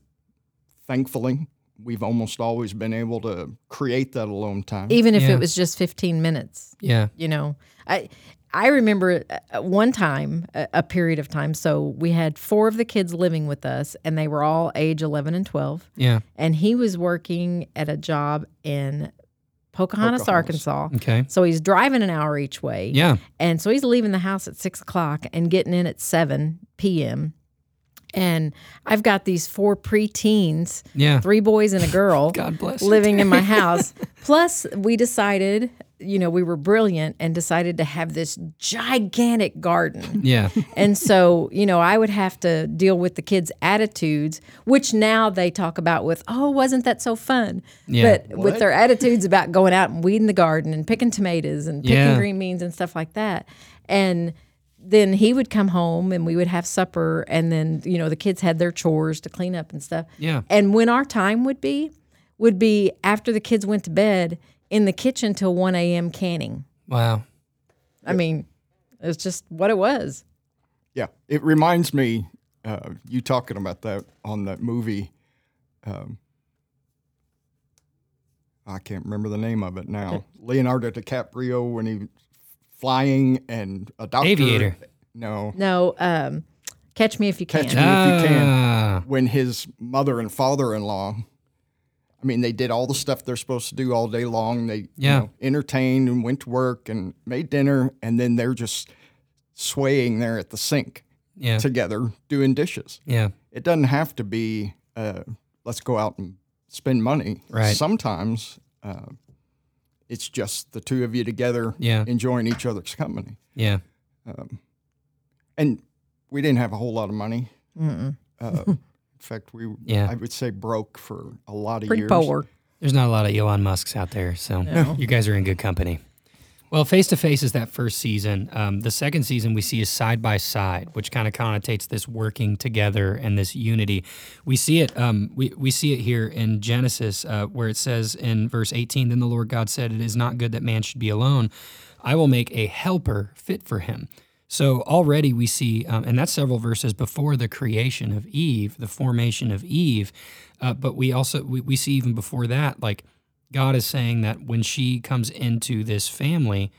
thankfully we've almost always been able to create that alone time. even if Yeah. it was just 15 minutes Yeah. you know i i remember uh, one time a, a period of time so we had four of the kids living with us and they were all age 11 and 12 Yeah. and he was working at a job in pocahontas, Pocahontas. arkansas Okay. so he's driving an hour each way Yeah. and so he's leaving the house at six o'clock and getting in at 7 p.m and i've got these four preteens Yeah. three boys and a girl God bless. you. living in my house. Plus, we decided, you know, we were brilliant and decided to have this gigantic garden. Yeah. And so, you know, I would have to deal with the kids' attitudes, which now they talk about with, oh, wasn't that so fun? Yeah. But with their attitudes about going out and weeding the garden and picking tomatoes and picking Yeah. green beans and stuff like that. And then he would come home and we would have supper. And then, you know, the kids had their chores to clean up and stuff. Yeah. And when our time would be, would be after the kids went to bed in the kitchen till 1 a.m. canning. Wow. I mean, it's just what it was. Yeah, it reminds me uh, you talking about that on that movie. Um, I can't remember the name of it now. Leonardo DiCaprio when he was flying and a doctor. Aviator. No, No, um, catch me if you can. Catch Me. if you can. Ah. when his mother and father-in-law. I mean, they did all the stuff they're supposed to do all day long. They you Yeah. know, entertained and went to work and made dinner, and then they're just swaying there at the sink Yeah. together doing dishes. Yeah. it doesn't have to be uh, let's go out and spend money. Right. Sometimes uh, it's just the two of you together Yeah. enjoying each other's company. Yeah. And we didn't have a whole lot of money. Mm-mm. Uh, in fact, we Yeah. I would say broke for a lot of Pretty years. poor. There's not a lot of Elon Musks out there, so No. you guys are in good company. Well, face to face is that first season. Um, the second season we see is side by side, which kind of connotates this working together and this unity. We see it. Um, we we see it here in Genesis, uh, where it says in verse 18, "Then the Lord God said, It is not good that man should be alone. I will make a helper fit for him." So already we see, um, and that's several verses before the creation of Eve, the formation of Eve. Uh, but we also we, we see even before that, like God is saying that when she comes into this family,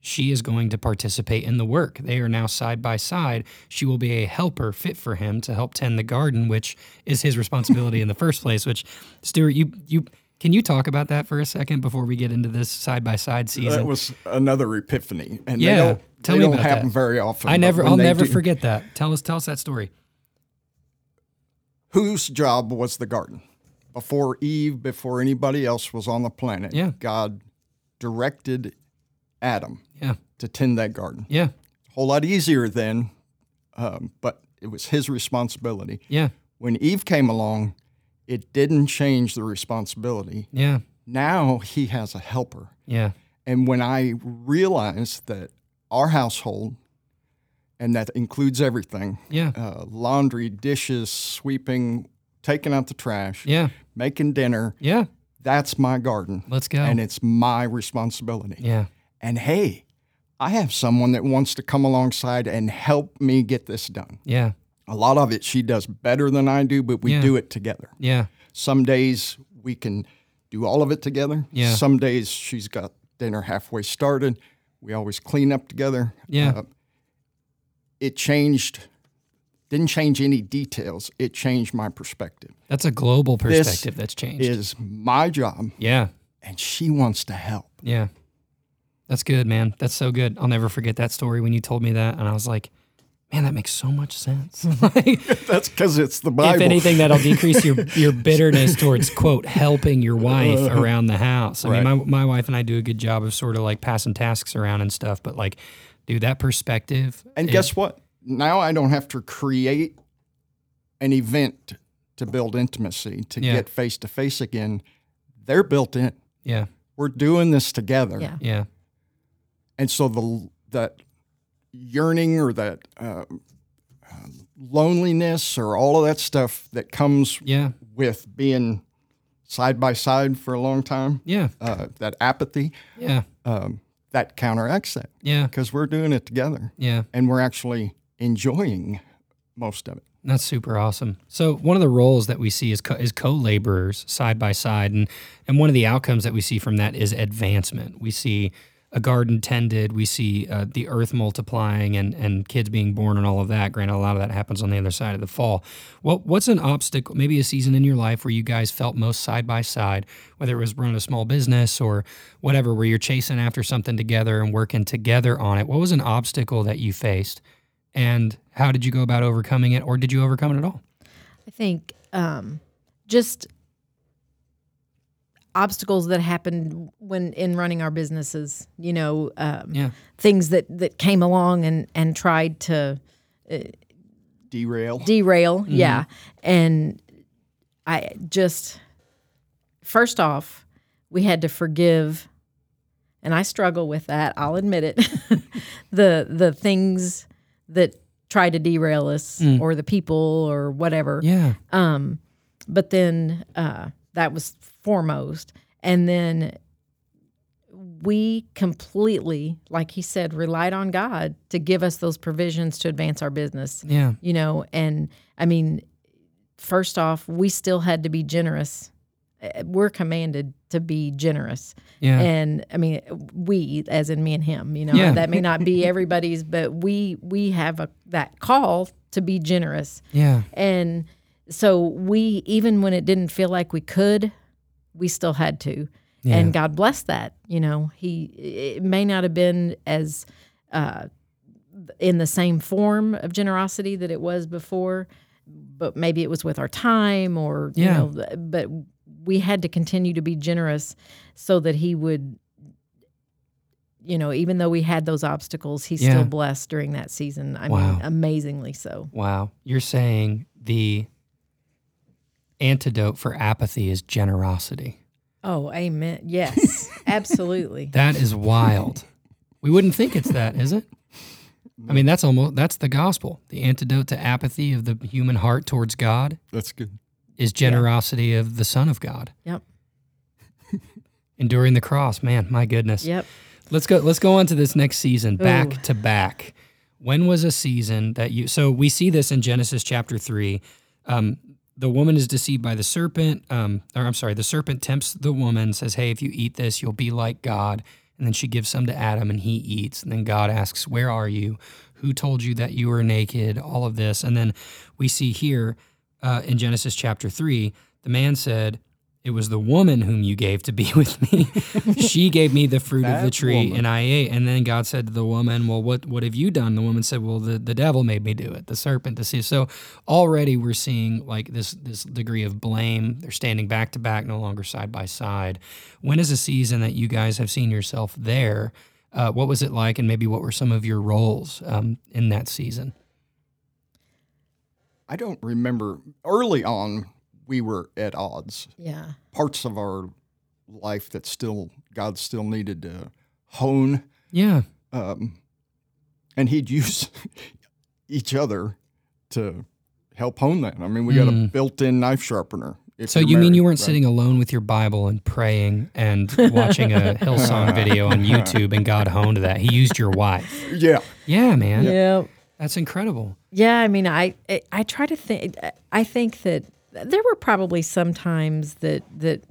she is going to participate in the work. They are now side by side. She will be a helper fit for him to help tend the garden, which is his responsibility in the first place. Which, Stuart, you you can you talk about that for a second before we get into this side by side That season? was another epiphany, and Yeah. they don't, Tell they me don't about happen that. very often. I but never when I'll they never do- forget that. Tell us tell us that story. whose job was the garden before eve before anybody else was on the planet Yeah. god directed adam Yeah. to tend that garden Yeah. a whole lot easier then um, but it was his responsibility Yeah. when eve came along it didn't change the responsibility Yeah. now he has a helper Yeah. and when i realized that our household and that includes everything Yeah. uh, laundry dishes sweeping taking out the trash Yeah. making dinner. Yeah. That's my garden, Let's go. and it's my responsibility. yeah. And hey, I have someone that wants to come alongside and help me get this done. Yeah. A lot of it she does better than I do, but we Yeah. do it together. Yeah. Some days we can do all of it together. Yeah. Some days she's got dinner halfway started. We always clean up together. Uh, Yeah. it changed, didn't change any details. It changed my perspective. That's a global This perspective that's changed. Is my job, yeah. and she wants to help. Yeah. That's good, man. That's so good. I'll never forget that story when you told me that. And I was like, man, that makes so much sense. like, That's because it's the Bible. if anything, that'll decrease your, your bitterness towards, quote, helping your wife Uh-huh. around the house. I mean, my, my wife and I do a good job of sort of like passing tasks around and stuff. But like, dude, that perspective. and is- guess what? Now I don't have to create an event to build intimacy, to Yeah. get face to face again. They're built in. Yeah. We're doing this together. Yeah. Yeah. And so the that yearning or that uh, uh, loneliness or all of that stuff that comes Yeah. with being side by side for a long time, Yeah. uh, that apathy, Yeah. um, that counteracts that Yeah. because we're doing it together. Yeah. and we're actually enjoying most of it. That's super awesome. So one of the roles that we see is co- is co-laborers side by side, and and one of the outcomes that we see from that is advancement. We see a garden tended, we see uh, the earth multiplying, and and kids being born, and all of that. Granted, a lot of that happens on the other side of the fall. What what's an obstacle? Maybe a season in your life where you guys felt most side by side, whether it was running a small business or whatever, where you're chasing after something together and working together on it. What was an obstacle that you faced? and how did you go about overcoming it or did you overcome it at all I think um, just obstacles that happened when in running our businesses, you know, um, yeah things that, that came along and, and tried to Derail. derail. Yeah. And I just, first off, we had to forgive, and I struggle with that. I'll admit it. the the things that try to derail us, or the people, or whatever yeah um, but then uh, that was foremost and then we completely like he said relied on god to give us those provisions to advance our business yeah you know and i mean first off we still had to be generous Uh, we're commanded to be generous yeah and I mean we as in me and him, you know, Yeah. that may not be everybody's, but we we have a that call to be generous. yeah And so we even when it didn't feel like we could, we still had to. Yeah. And God bless that, you know. He it may not have been as uh in the same form of generosity that it was before, but maybe it was with our time or Yeah. you know, th- but we had to continue to be generous so that he would you know, even though we had those obstacles, he Yeah. still blessed during that season. I Wow. mean, amazingly so. wow you're saying the antidote for apathy is generosity Oh, amen. Yes, absolutely. that is wild we wouldn't think it's that is it i mean that's almost that's the gospel the antidote to apathy of the human heart towards god That's good. is generosity of the son of god Yep. enduring the cross man my goodness Yep. Let's go. Let's go on to this next season, back Ooh. to back. When was a season that you? So we see this in Genesis chapter three. Um, the woman is deceived by the serpent. Um, or I'm sorry, the serpent tempts the woman, says, "Hey, if you eat this, you'll be like God." And then she gives some to Adam, and he eats. And then God asks, "Where are you? Who told you that you were naked?" All of this, and then we see here uh, in Genesis chapter three, the man said. It was the woman whom you gave to be with me. she gave me the fruit of the That tree, woman. and and I ate. And then God said to the woman, Well, what, what have you done? The woman said, Well, the, the devil made me do it, the serpent deceived. So already we're seeing like this this degree of blame. They're standing back to back, no longer side by side. When is a season that you guys have seen yourself there? Uh, what was it like, and maybe what were some of your roles um, in that season? I don't remember. Early on, we were at odds. Yeah. Parts of our life that still God still needed to hone, Yeah, um, and He'd use each other to help hone that. I mean, we got a Mm. built-in knife sharpener. if So you're you mean married, you weren't right? sitting alone with your Bible and praying and watching a Hillsong video on YouTube and God honed that. He used your wife. Yeah, Yeah, man. Yeah. That's incredible. Yeah. I mean, I I- I try to think. I think that there were probably some times that that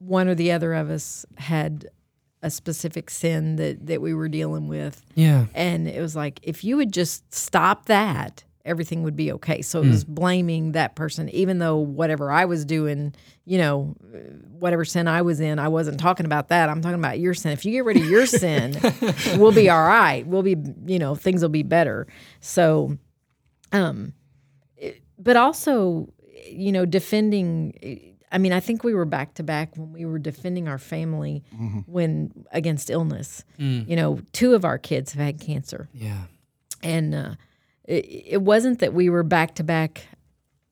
one or the other of us had a specific sin that that we were dealing with, Yeah. and it was like if you would just stop that, everything would be okay. So it was blaming that person, even though whatever I was doing, you know, whatever sin I was in, I wasn't talking about that. I'm talking about your sin. If you get rid of your sin, we'll be all right. We'll be, you know, things will be better. So, um, it- but also, you know, defending. I mean, I think we were back to back when we were defending our family when against illness. You know, two of our kids have had cancer Mm. Yeah. and uh, it, it wasn't that we were back to back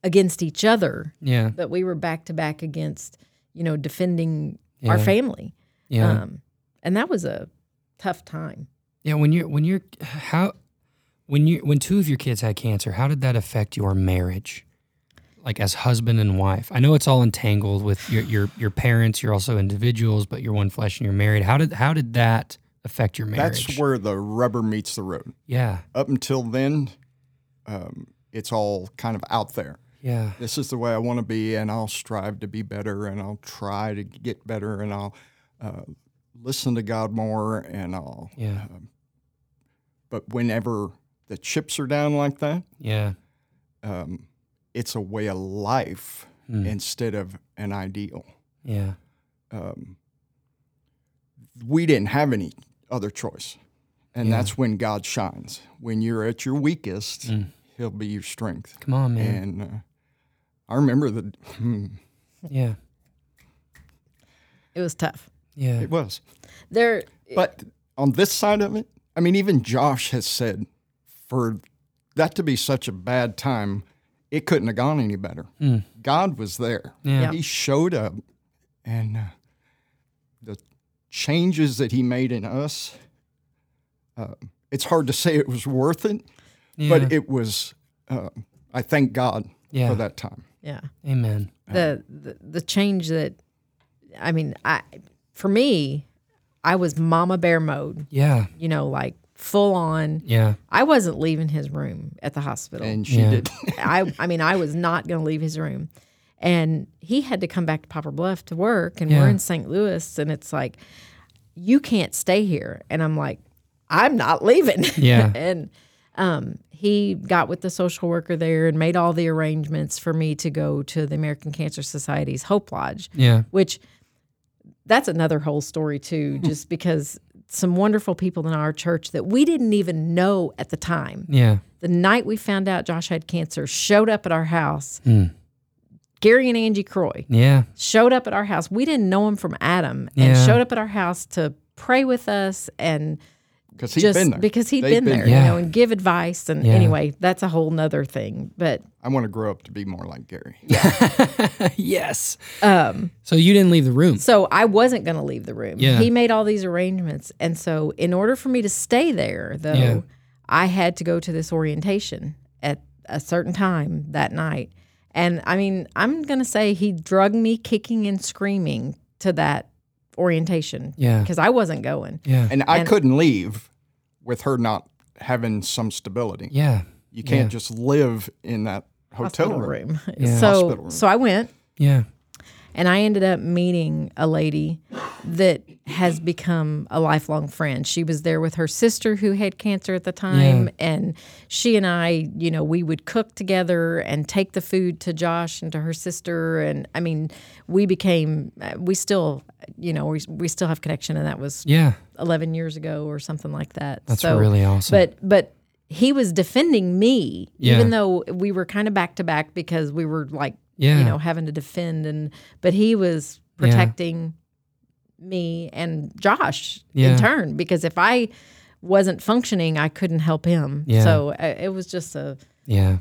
against each other, Yeah. but we were back to back against you know defending our Yeah. family, Yeah. um, and that was a tough time. yeah. When you're, when you're, how, when you, when two of your kids had cancer, how did that affect your marriage? Like as husband and wife, I know it's all entangled with your, your, your parents. You're also individuals, but you're one flesh and you're married. How did, how did that affect your marriage? that's where the rubber meets the road. yeah. Up until then, um, it's all kind of out there. Yeah. This is the way I want to be, and I'll strive to be better, and I'll try to get better, and I'll uh, listen to God more, and I'll. Yeah. Um, but whenever the chips are down like that, Yeah. um, it's a way of life Mm. instead of an ideal. Yeah. Um, we didn't have any other choice. And Yeah. that's when God shines. When you're at your weakest, Mm. He'll be your strength. Come on, man. And uh, I remember that hmm, Yeah. It was tough. Yeah. it was. There, But on this side of it, I mean, even Josh has said for that to be such a bad time, it couldn't have gone any better. God was there. Hmm. Yeah. He showed up, and uh, the changes that He made in us. Uh, it's hard to say it was worth it, Yeah. but it was. Uh, I thank God Yeah. for that time. yeah. Amen. the, the the change that I mean, I for me, I was mama bear mode, Yeah. you know, like full on. Yeah. I wasn't leaving his room at the hospital. And she Yeah. did. I I mean, I was not going to leave his room. And he had to come back to Popper Bluff to work and Yeah. we're in St. Louis and it's like you can't stay here and I'm like I'm not leaving. Yeah. and um, he got with the social worker there and made all the arrangements for me to go to the American Cancer Society's Hope Lodge, Yeah. which that's another whole story too, Hmm. just because some wonderful people in our church that we didn't even know at the time. Yeah. The night we found out Josh had cancer, showed up at our house. Gary and Angie Croy Hmm, Yeah. showed up at our house. We didn't know him from Adam and Yeah. showed up at our house to pray with us and Because he'd just been there. because he had They'd been, there, there. you Yeah. know, and give advice. And Yeah. anyway, that's a whole nother thing. But I want to grow up to be more like Gary. yes. um, So you didn't leave the room. so I wasn't going to leave the room. Yeah. He made all these arrangements, and so in order for me to stay there, though, Yeah. I had to go to this orientation at a certain time that night. And I mean, I'm going to say he drug me kicking and screaming to that orientation Yeah. because I wasn't going. Yeah. And I And- couldn't leave with her not having some stability. Yeah. You can't Yeah. just live in that hotel Hospital room. room. Yeah. So, Hospital room. so I went. Yeah. And I ended up meeting a lady that has become a lifelong friend. She was there with her sister who had cancer at the time. And she and I, you know, we would cook together and take the food to Josh and to her sister. And I mean, we became, uh, we still, you know, we, we still have connection. And that was Yeah. 11 years ago or something like that. That's really awesome. But, but, he was defending me, Yeah. even though we were kind of back to back because we were like yeah. you know having to defend and but he was Yeah. protecting me and Josh Yeah. in turn because if I wasn't functioning I couldn't help him Yeah. so uh, it was just a yeah.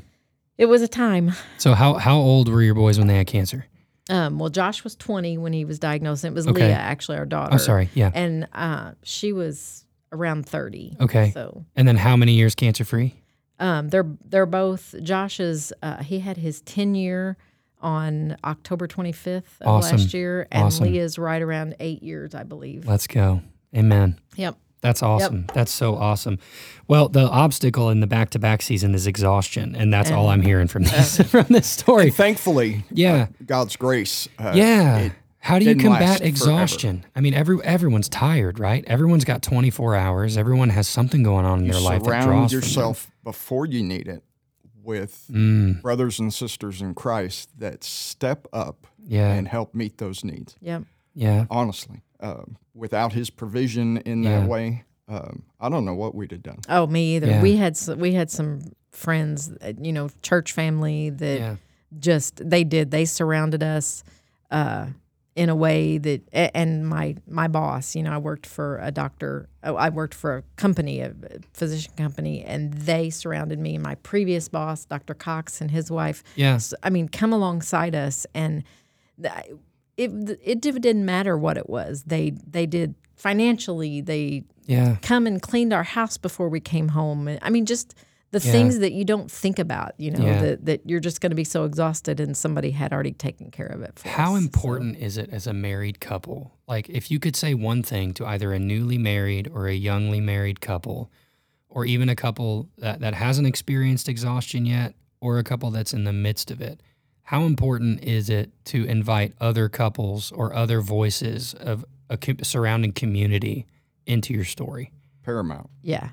it was a time So how how old were your boys when they had cancer? um well Josh was 20 when he was diagnosed and it was Okay. Leah actually our daughter I'm sorry. Yeah. and uh she was around 30 Okay. so And then how many years cancer free? um they're they're both Josh's uh he had his 10 year on October 25th of Awesome. last year and Awesome. Leah's right around 8 years I believe Let's go. Amen. Yep. That's awesome. That's so awesome. Well, the obstacle in the back to back season is exhaustion, and that's all I'm hearing from this from this story. Thankfully, Yeah. God's grace. Uh, Yeah. How do you didn't last combat forever. exhaustion? I mean, every everyone's tired, right? Everyone's got 24 hours. Everyone has something going on in their life that Surround draws from them. yourself before you need it with Mm, brothers and sisters in Christ that step up Yeah. and help meet those needs. Yep. Yeah. Honestly, um, without His provision in Yeah. that way, um, I don't know what we'd have done. Oh, me either. Yeah. We had s- we had some friends, uh, you know, church family that Yeah. just they did they surrounded us uh, in a way that a- and my my boss, you know, I worked for a doctor. oh, I worked for a company, a physician company, and they surrounded me. My previous boss, Dr. Cox, and his wife. Yeah. s- I mean, come alongside us, and th- it it didn't matter what it was. They they did financially. They Yeah. come and cleaned our house before we came home. And, I mean, just the Yeah. things that you don't think about, you know, Yeah. that, that you're just going to be so exhausted and somebody had already taken care of it for How us. important is it as a married couple? Like, if you could say one thing to either a newly married or a youngly married couple, or even a couple that, that hasn't experienced exhaustion yet, or a couple that's in the midst of it, how important is it to invite other couples or other voices of a co- surrounding community into your story? Paramount. yeah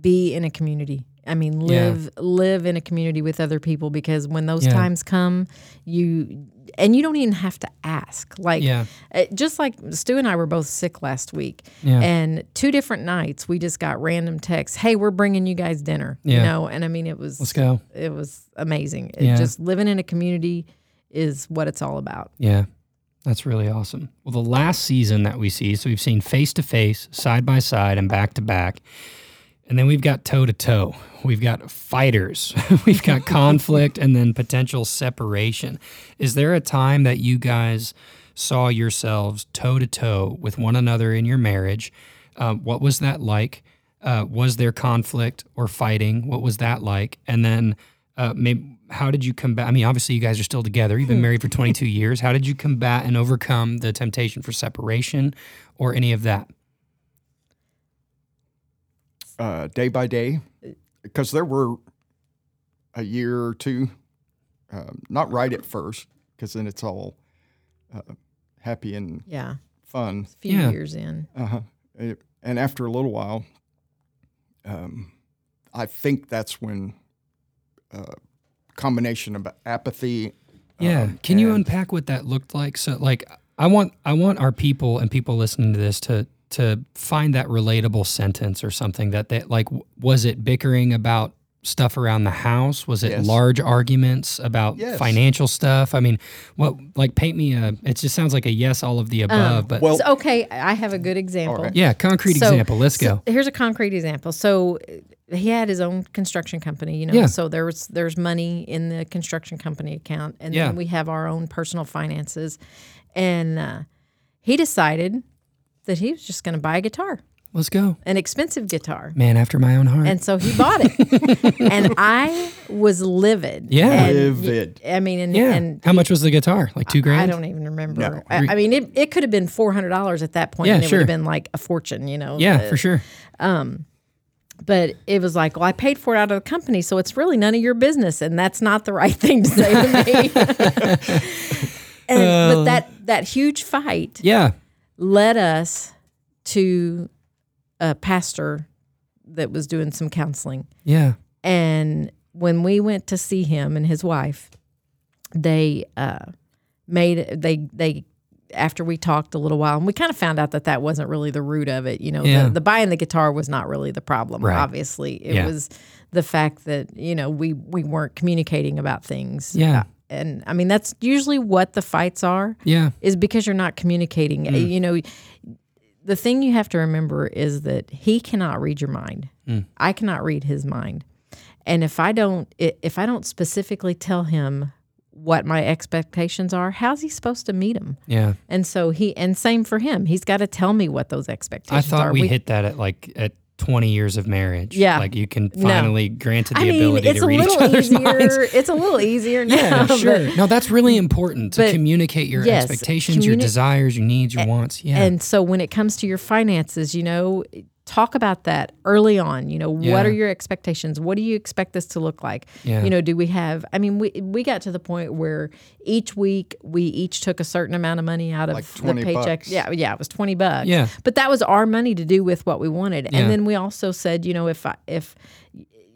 be in a community i mean Yeah. live live in a community with other people because when those Yeah. times come you and you don't even have to ask like Yeah. uh, just like stu and i were both sick last week Yeah. and two different nights we just got random texts hey we're bringing you guys dinner Yeah. you know and i mean it was Let's go. it was amazing It- Yeah. just living in a community is what it's all about Yeah. That's really awesome. Well, the last season that we see, so we've seen face to face, side by side, and back to back. And then we've got toe to toe. We've got fighters. we've got conflict and then potential separation. Is there a time that you guys saw yourselves toe to toe with one another in your marriage? Uh, what was that like? Uh, was there conflict or fighting? What was that like? And then uh, maybe, how did you combat? I mean, obviously, you guys are still together. You've been married for 22 years. How did you combat and overcome the temptation for separation or any of that? uh, day by day because there were a year or two, um, not right at first, because then it's all uh, happy and yeah fun. a few Yeah. years in Uh-huh. It- and after a little while, um, I think that's when uh, combination of apathy. Yeah. um, Can you and- unpack what that looked like? So like I want I want our people and people listening to this to to find that relatable sentence or something that that like w- was it bickering about stuff around the house? Was it Yes. large arguments about Yes. financial stuff? I mean, what like paint me a it just sounds like a yes all of Um, the above, but Well, So, okay i have a good example right. yeah, concrete So- example. Let's so go. here's a concrete example. So uh, he had his own construction company, you know. Yeah. So there was there's money in the construction company account, and Yeah. then we have our own personal finances. And uh, he decided that he was just going to buy a guitar, Let's go. an expensive guitar. Man after my own heart. And so he bought it, and I was livid. Yeah. and, Livid. I mean, and, yeah. and How much was the guitar? Like 2 grand? I don't even remember. No. I, I mean, it, it could have been four hundred dollars at that point, Yeah, and it sure. would have been like a fortune, you know. yeah, for sure. but it was like, well, I paid for it out of the company, so it's really none of your business, and that's not the right thing to say to me. and, Oh. but that that huge fight Yeah. led us to a pastor that was doing some counseling, Yeah. and when we went to see him and his wife, they uh, made they they after we talked a little while and we kind of found out that that wasn't really the root of it you know Yeah. the, the buying the guitar was not really the problem Right. obviously it Yeah. was the fact that you know we we weren't communicating about things Yeah. and i mean that's usually what the fights are Yeah. is because you're not communicating Uh, Mm. you know the thing you have to remember is that he cannot read your mind Mm. i cannot read his mind and if i don't i- if i don't specifically tell him what my expectations are how's he supposed to meet them Yeah. and so he and same for him he's got to tell me what those I expectations thought are we, hit that at like at 20 years of marriage. Yeah. like you can finally granted the i mean ability it's to a read each little other's easier minds. it's a little easier now Yeah, but- sure. No, that's really important to but- communicate your yes, expectations, your communi- desires, your needs, your wants. Yeah, And so when it comes to your finances, you know, talk about that early on. You know, Yeah. what are your expectations? What do you expect this to look like? Yeah. You know, do we have I mean, we we got to the point where each week we each took a certain amount of money out of Like the 20 paycheck. bucks. Yeah, yeah, it was 20 bucks. Yeah. But that was our money to do with what we wanted. Yeah. And then we also said, you know, if I, if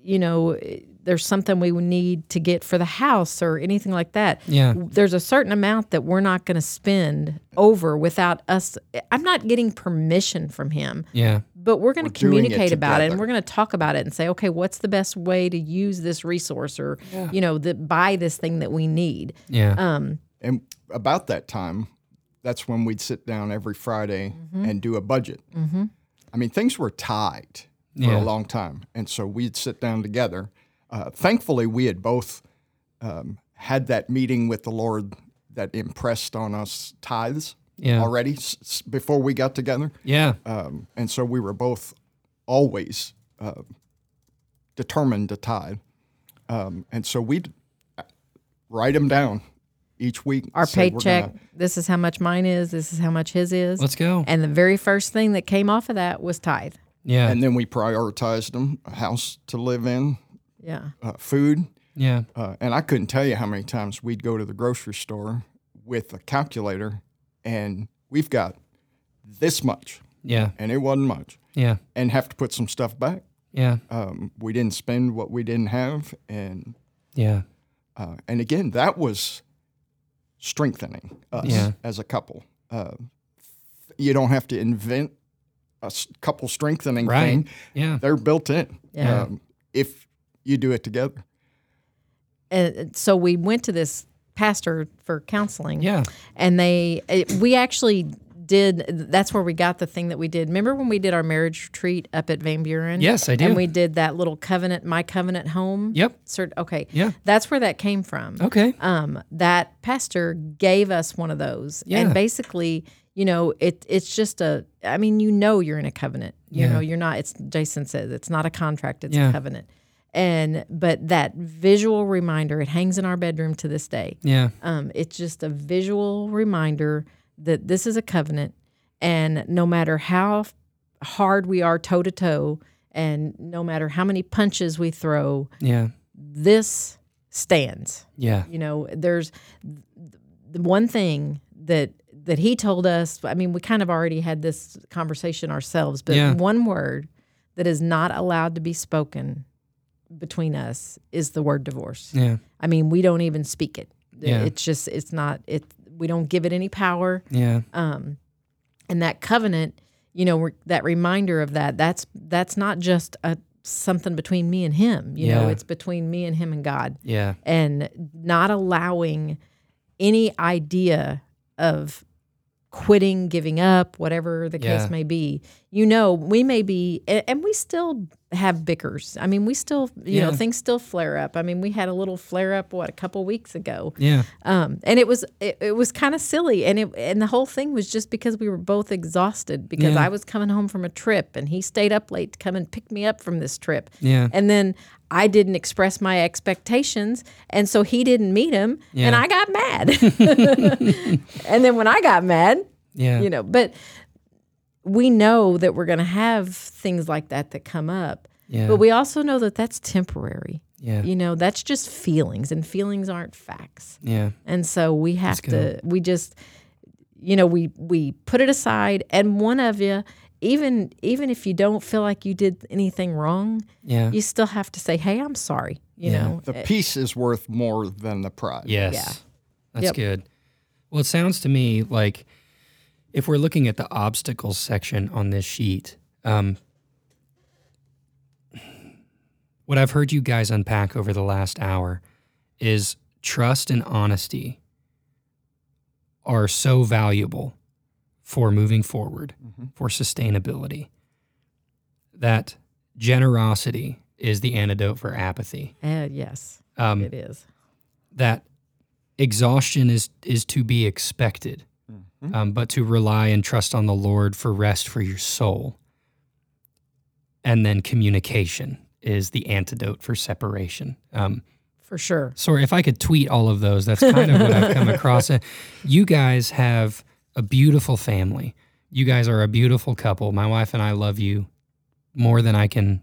you know, there's something we need to get for the house or anything like that Yeah. there's a certain amount that we're not going to spend over without us. I'm not getting permission from him, yeah, but we're going to doing it communicate about it and together. we're going to talk about it and say, okay, what's the best way to use this resource or, you know, the, buy this thing that we need? yeah, Um, And about that time, that's when we'd sit down every Friday and do a budget. I mean, things were tight for Yeah. a long time. And so we'd sit down together. Uh, thankfully, we had both um, had that meeting with the Lord that impressed on us tithes Yeah. already s- s- before we got together. yeah, Um, and so we were both always uh, determined to tithe. Um, and so we'd uh, write them down each week. Our say, "We're paycheck, gonna- this is how much mine is, this is how much his is. Let's go. And the very first thing that came off of that was tithe. yeah, and then we prioritized them a house to live in, Yeah. uh, food. Yeah. Uh, and I couldn't tell you how many times we'd go to the grocery store with a calculator and we've got this much, Yeah. and it wasn't much, Yeah. and have to put some stuff back. Yeah. Um, we didn't spend what we didn't have, and Yeah. uh, and again, that was strengthening us Yeah. as a couple. Uh, you don't have to invent a s- couple strengthening Right. thing; Yeah. they're built in. Yeah. Um, if you do it together, And so we went to this pastor for counseling. Yeah. and they it, we actually did that's where we got the thing that we did remember when we did our marriage retreat up at van buren Yes, I do. and we did that little covenant my covenant home Yep. Cert- okay Yeah. Oh, that's where that came from Okay. um, that pastor gave us one of those Yeah. and basically you know it it's just a i mean you know you're in a covenant you Yeah. know you're not it's jason says it's not a contract it's Yeah. a covenant and but that visual reminder it hangs in our bedroom to this day Yeah. um, it's just a visual reminder that this is a covenant, and no matter how f- hard we are toe to toe, and no matter how many punches we throw, Yeah. this stands. Yeah. You know, there's th- the one thing that that he told us. I mean, we kind of already had this conversation ourselves, but Yeah. one word that is not allowed to be spoken between us is the word divorce. Yeah. I mean, we don't even speak it. Yeah. It's just it's not it. We don't give it any power. Yeah. Um, and that covenant, you know, we're, that reminder of that. That's that's not just a something between me and him. You know, Yeah. it's between me and him and God, Yeah. and not allowing any idea of quitting, giving up, whatever the Yeah. case may be. You know, we may be, a- and we still have bickers. I mean, we still, you know, Yeah. things still flare up. I mean, we had a little flare up what a couple weeks ago, Yeah. um, and it was it, it was kind of silly, and it and the whole thing was just because we were both exhausted because Yeah. I was coming home from a trip and he stayed up late to come and pick me up from this trip, Yeah. and then I didn't express my expectations, and so he didn't meet him, and Yeah. I got mad. and then when I got mad, Yeah. you know, but we know that we're going to have things like that that come up. Yeah. But we also know that that's temporary. Yeah. You know, that's just feelings, and feelings aren't facts. Yeah. And so we have to, we just, you know, we we put it aside. And one of you, even even if you don't feel like you did anything wrong, Yeah. you still have to say, "Hey, I'm sorry." You Yeah. know, the Uh, peace is worth more than the pride. Yes. Yeah. That's Yep. good. Well, it sounds to me like if we're looking at the obstacles section on this sheet, um, what I've heard you guys unpack over the last hour is trust and honesty are so valuable for moving forward, Mm-hmm. for sustainability, that generosity is the antidote for apathy. uh, yes, Um, it is. that exhaustion is is to be expected, um, but to rely and trust on the Lord for rest for your soul. And then communication is the antidote for separation. Um, For sure. sorry, if I could tweet all of those, that's kind of what I've come across. Uh, You guys have a beautiful family. You guys are a beautiful couple. My wife and I love you more than I can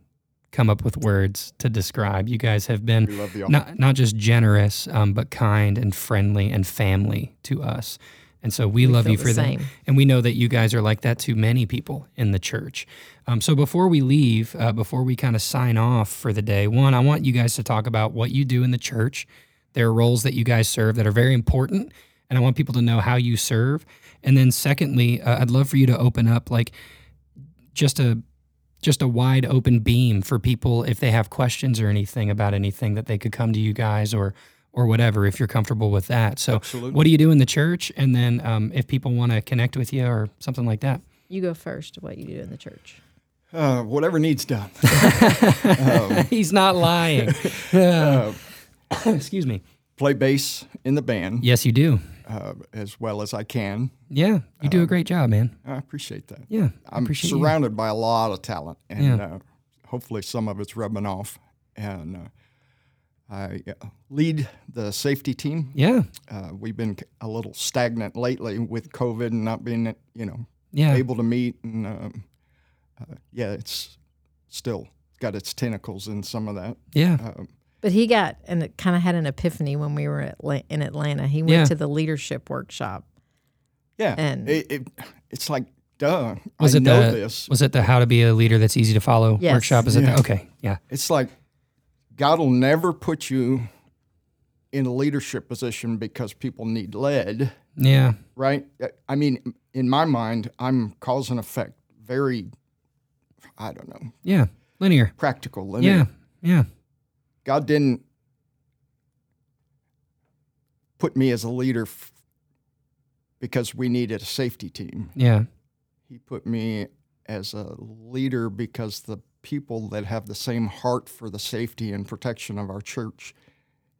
come up with words to describe. You guys have been We love y'all. not not just generous, um, but kind and friendly and family to us. And so we, love feel you the for that. same. And we know that you guys are like that to many people in the church. Um, so before we leave, uh, before we kind of sign off for the day, one, I want you guys to talk about what you do in the church. There are roles that you guys serve that are very important. And I want people to know how you serve. And then secondly, uh, I'd love for you to open up like just a just a wide open beam for people if they have questions or anything about anything that they could come to you guys or or whatever if you're comfortable with that. So Absolutely. what do you do in the church? And then um, if people want to connect with you or something like that. You go first. What you do in the church? Uh, whatever needs done. He's not lying. Uh, Excuse me. Play bass in the band Yes, you do. uh, as well as I can. Yeah, you do a great job, man. I appreciate that. Yeah, I Um, I'm appreciate you. surrounded by a lot of talent, and Yeah. uh, hopefully some of it's rubbing off. And uh, I uh, lead the safety team. Yeah, Uh, we've been c- a little stagnant lately with COVID and not being, you know, yeah, able to meet. And um, uh, yeah, it's still got its tentacles in some of that. Yeah. Um, But he got and it kind of had an epiphany when we were at, La- in Atlanta. He went Yeah. to the leadership workshop. yeah. And- it, it, it's like, duh, Was I it know the this. was it the how to be a leader that's easy to follow Yes. workshop? Is it Yeah. okay? Yeah. It's like God will never put you in a leadership position because people need led, Yeah. right? I mean, in my mind, I'm cause and effect, very, I don't know, Yeah. Linear. practical. linear. Yeah. Yeah. God didn't put me as a leader f- because we needed a safety team. Yeah. He put me as a leader because the people that have the same heart for the safety and protection of our church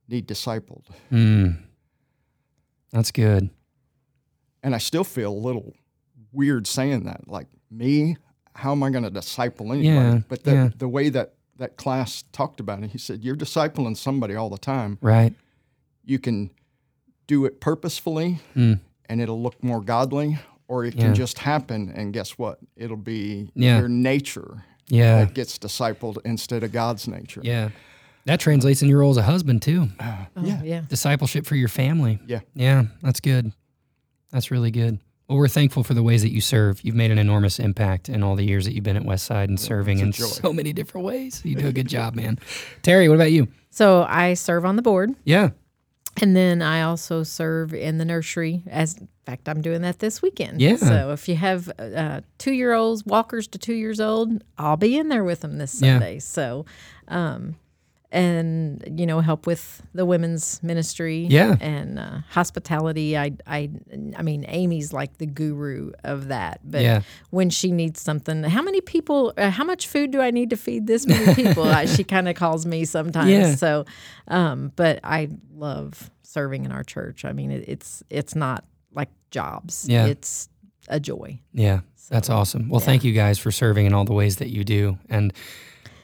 need discipled. Hmm. That's good. And I still feel a little weird saying that. Like, me, how am I going to disciple anybody? Yeah, but the, yeah. the way that that class talked about it, he said, You're discipling somebody all the time. Right. you can do it purposefully and it'll look more godly or it Mm. Yeah. can just happen and guess what it'll be Yeah. your nature Yeah. that gets discipled instead of god's nature Yeah. That translates in your role as a husband too. Oh, Yeah. yeah. Discipleship for your family. Yeah. Yeah. That's good. That's really good. Well, we're thankful for the ways that you serve. You've made an enormous impact in all the years that you've been at Westside and serving in joy. so many different ways. You do a good job, man. Terry, what about you? So I serve on the board. Yeah. And then I also serve in the nursery. As in fact, I'm doing that this weekend. Yeah. So if you have uh, two year olds, walkers to two years old, I'll be in there with them this Yeah. Sunday. So, um, and you know, help with the women's ministry. Yeah. And uh, hospitality. I, I, I mean, Amy's like the guru of that. But Yeah. when she needs something, how many people? Uh, how much food do I need to feed this many people? I, she kind of calls me sometimes. Yeah. So, um, but I love serving in our church. I mean, it, it's it's not like jobs. Yeah. It's a joy. Yeah, that's awesome. Well, thank you guys for serving in all the ways that you do and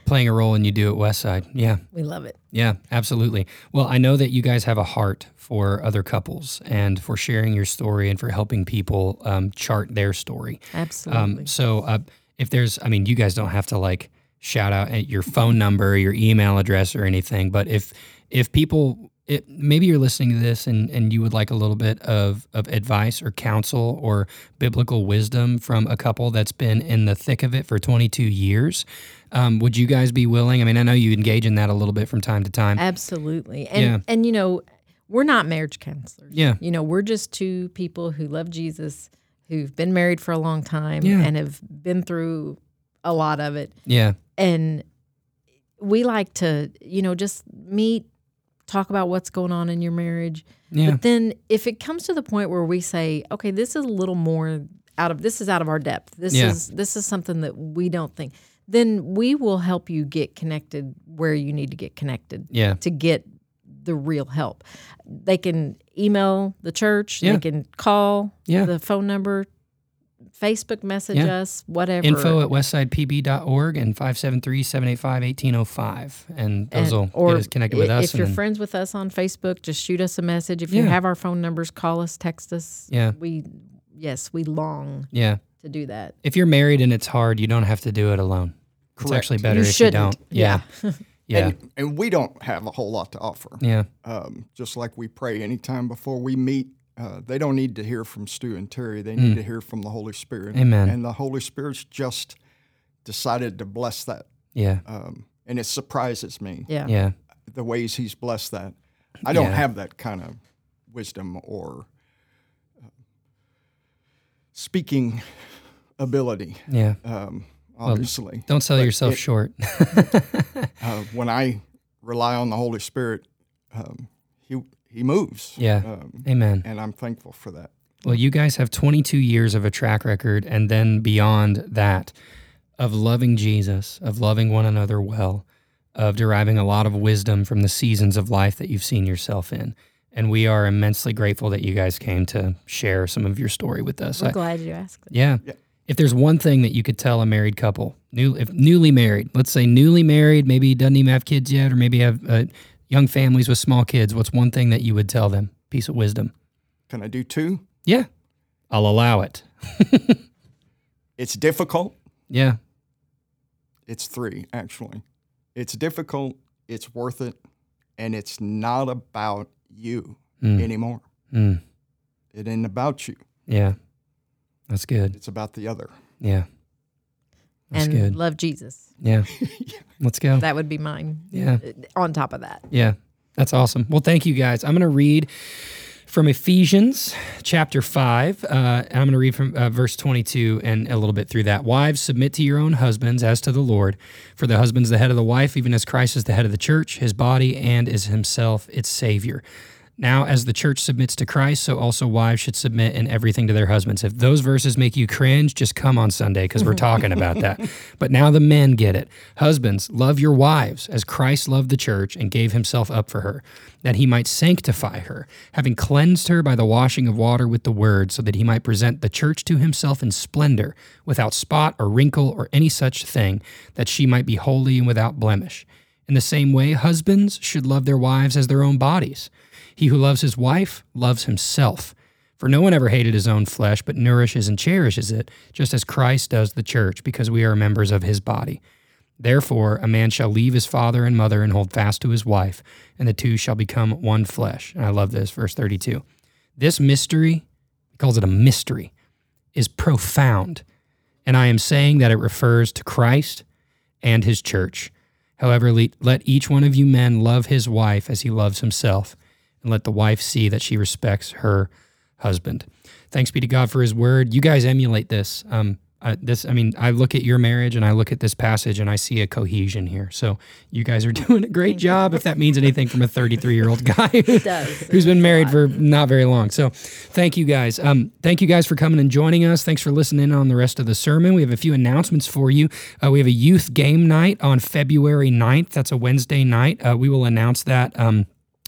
playing a role in you do at Westside. Yeah, We love it. yeah, absolutely. Well, I know that you guys have a heart for other couples and for sharing your story and for helping people um, chart their story. Absolutely. Um, so uh, if there's, I mean, you guys don't have to like shout out at your phone number, your email address, or anything. But if if people, it, maybe you're listening to this and and you would like a little bit of of advice or counsel or biblical wisdom from a couple that's been in the thick of it for 22 years, um, would you guys be willing? I mean, I know you engage in that a little bit from time to time. Absolutely. And Yeah. and you know, we're not marriage counselors. Yeah. You know, we're just two people who love Jesus, who've been married for a long time Yeah. and have been through a lot of it. Yeah, and we like to you know just meet talk about what's going on in your marriage yeah, but then if it comes to the point where we say okay this is a little more out of this is out of our depth this Yeah. is this is something that we don't think then we will help you get connected where you need to get connected yeah, to get the real help they can email the church Yeah. they can call Yeah. the phone number facebook message Yeah. us whatever Info at westsidepb.org and 573-785-1805. And those And- will get us connected with i- us. If you're and- friends with us on Facebook, just shoot us a message. If you Yeah. have our phone numbers, call us, text us. Yeah. We yes, we long yeah. to do that. if you're married and it's hard, you don't have to do it alone. It's Correct. actually better You if you shouldn't. don't. Yeah. Yeah. and, and we don't have a whole lot to offer yeah. um, just like we pray anytime before we meet uh, they don't need to hear from stu and terry they need to hear from the holy spirit Hmm. Amen. and the holy spirit's just decided to bless that Yeah. um, and it surprises me Yeah. Yeah. the ways he's blessed that. I don't Yeah. have that kind of wisdom or uh, speaking ability, Yeah. um, obviously. Don't sell yourself short. uh, when I rely on the Holy Spirit, um, he, he moves. Yeah. Um, Amen. and I'm thankful for that. Well, you guys have 22 years of a track record and then beyond that of loving Jesus, of loving one another well, of deriving a lot of wisdom from the seasons of life that you've seen yourself in. And we are immensely grateful that you guys came to share some of your story with us. We're I- glad you asked. Yeah. Yeah. If there's one thing that you could tell a married couple, new if newly married, let's say newly married, maybe doesn't even have kids yet, or maybe have uh, young families with small kids, what's one thing that you would tell them? Piece of wisdom. Can I do two? Yeah, I'll allow it. It's difficult. Yeah, It's three, actually. It's difficult, it's worth it, and it's not about you Mm. anymore. Mm. It ain't about you. Yeah. That's good. It's about the other. Yeah. That's and good. love Jesus. Yeah. Let's go. That would be mine. Uh, Yeah. On top of that, Yeah, that's awesome. Well, thank you guys. I'm going to read from Ephesians chapter 5. Uh, and I'm going to read from uh, verse 22 and a little bit through that. Wives, submit to your own husbands as to the Lord. For the husband's the head of the wife, even as Christ is the head of the church, his body, and is himself its Savior. Now, as the church submits to Christ, so also wives should submit in everything to their husbands. If those verses make you cringe, just come on Sunday because we're talking about that. But now the men get it. Husbands, love your wives as Christ loved the church and gave himself up for her, that he might sanctify her, having cleansed her by the washing of water with the word, so that he might present the church to himself in splendor, without spot or wrinkle or any such thing, that she might be holy and without blemish. In the same way, husbands should love their wives as their own bodies. He who loves his wife loves himself. For no one ever hated his own flesh, but nourishes and cherishes it, just as Christ does the church, because we are members of his body. Therefore, a man shall leave his father and mother and hold fast to his wife, and the two shall become one flesh. And I love this, verse 32. This mystery, he calls it a mystery, is profound. And I am saying that it refers to Christ and his church. However, le- let each one of you men love his wife as he loves himself, and let the wife see that she respects her husband. Thanks be to God for his word. You guys emulate this. Um, uh, this, I mean, I look at your marriage and I look at this passage and I see a cohesion here. So you guys are doing a great job, if that means anything from a 33 year old guy does. who's been married for not very long. So thank you guys. Um, thank you guys for coming and joining us. Thanks for listening on the rest of the sermon. We have a few announcements for you. Uh, we have a youth game night on February 9th. That's a Wednesday night. Uh, we will announce that. Um,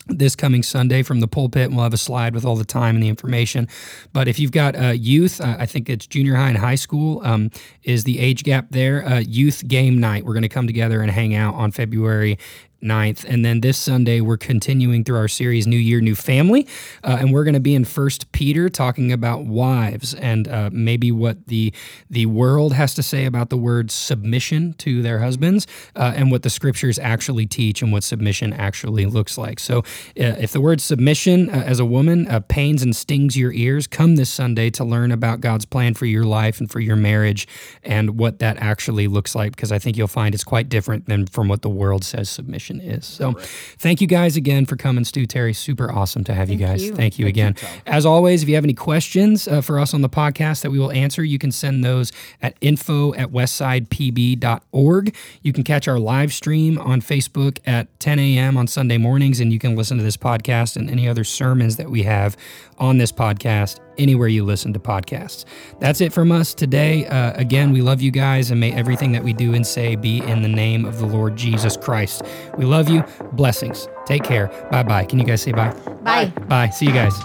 this coming Sunday from the pulpit, and we'll have a slide with all the time and the information. But if you've got uh, youth, uh, I think it's junior high and high school um, is the age gap there. Uh, youth game night. We're going to come together and hang out on February 9th. And then this Sunday, we're continuing through our series, New Year, New Family. Uh, and we're going to be in First Peter talking about wives and uh, maybe what the, the world has to say about the word submission to their husbands uh, and what the scriptures actually teach and what submission actually looks like. So uh, if the word submission uh, as a woman uh, pains and stings your ears, come this Sunday to learn about God's plan for your life and for your marriage and what that actually looks like, because I think you'll find it's quite different than from what the world says submission is. So thank you guys again for coming, Stu Terry. Super awesome to have you guys. you. Thank you again. as always, if you have any questions uh, for us on the podcast that we will answer, you can send those at info at westsidepb.org. You can catch our live stream on Facebook at 10 a.m. on Sunday mornings, and you can listen to this podcast and any other sermons that we have on this podcast anywhere you listen to podcasts. That's it from us today. Uh, again, we love you guys, and may everything that we do and say be in the name of the Lord Jesus Christ. We love you. Blessings. Take care. Bye bye. Can you guys say bye? Bye. Bye. See you guys.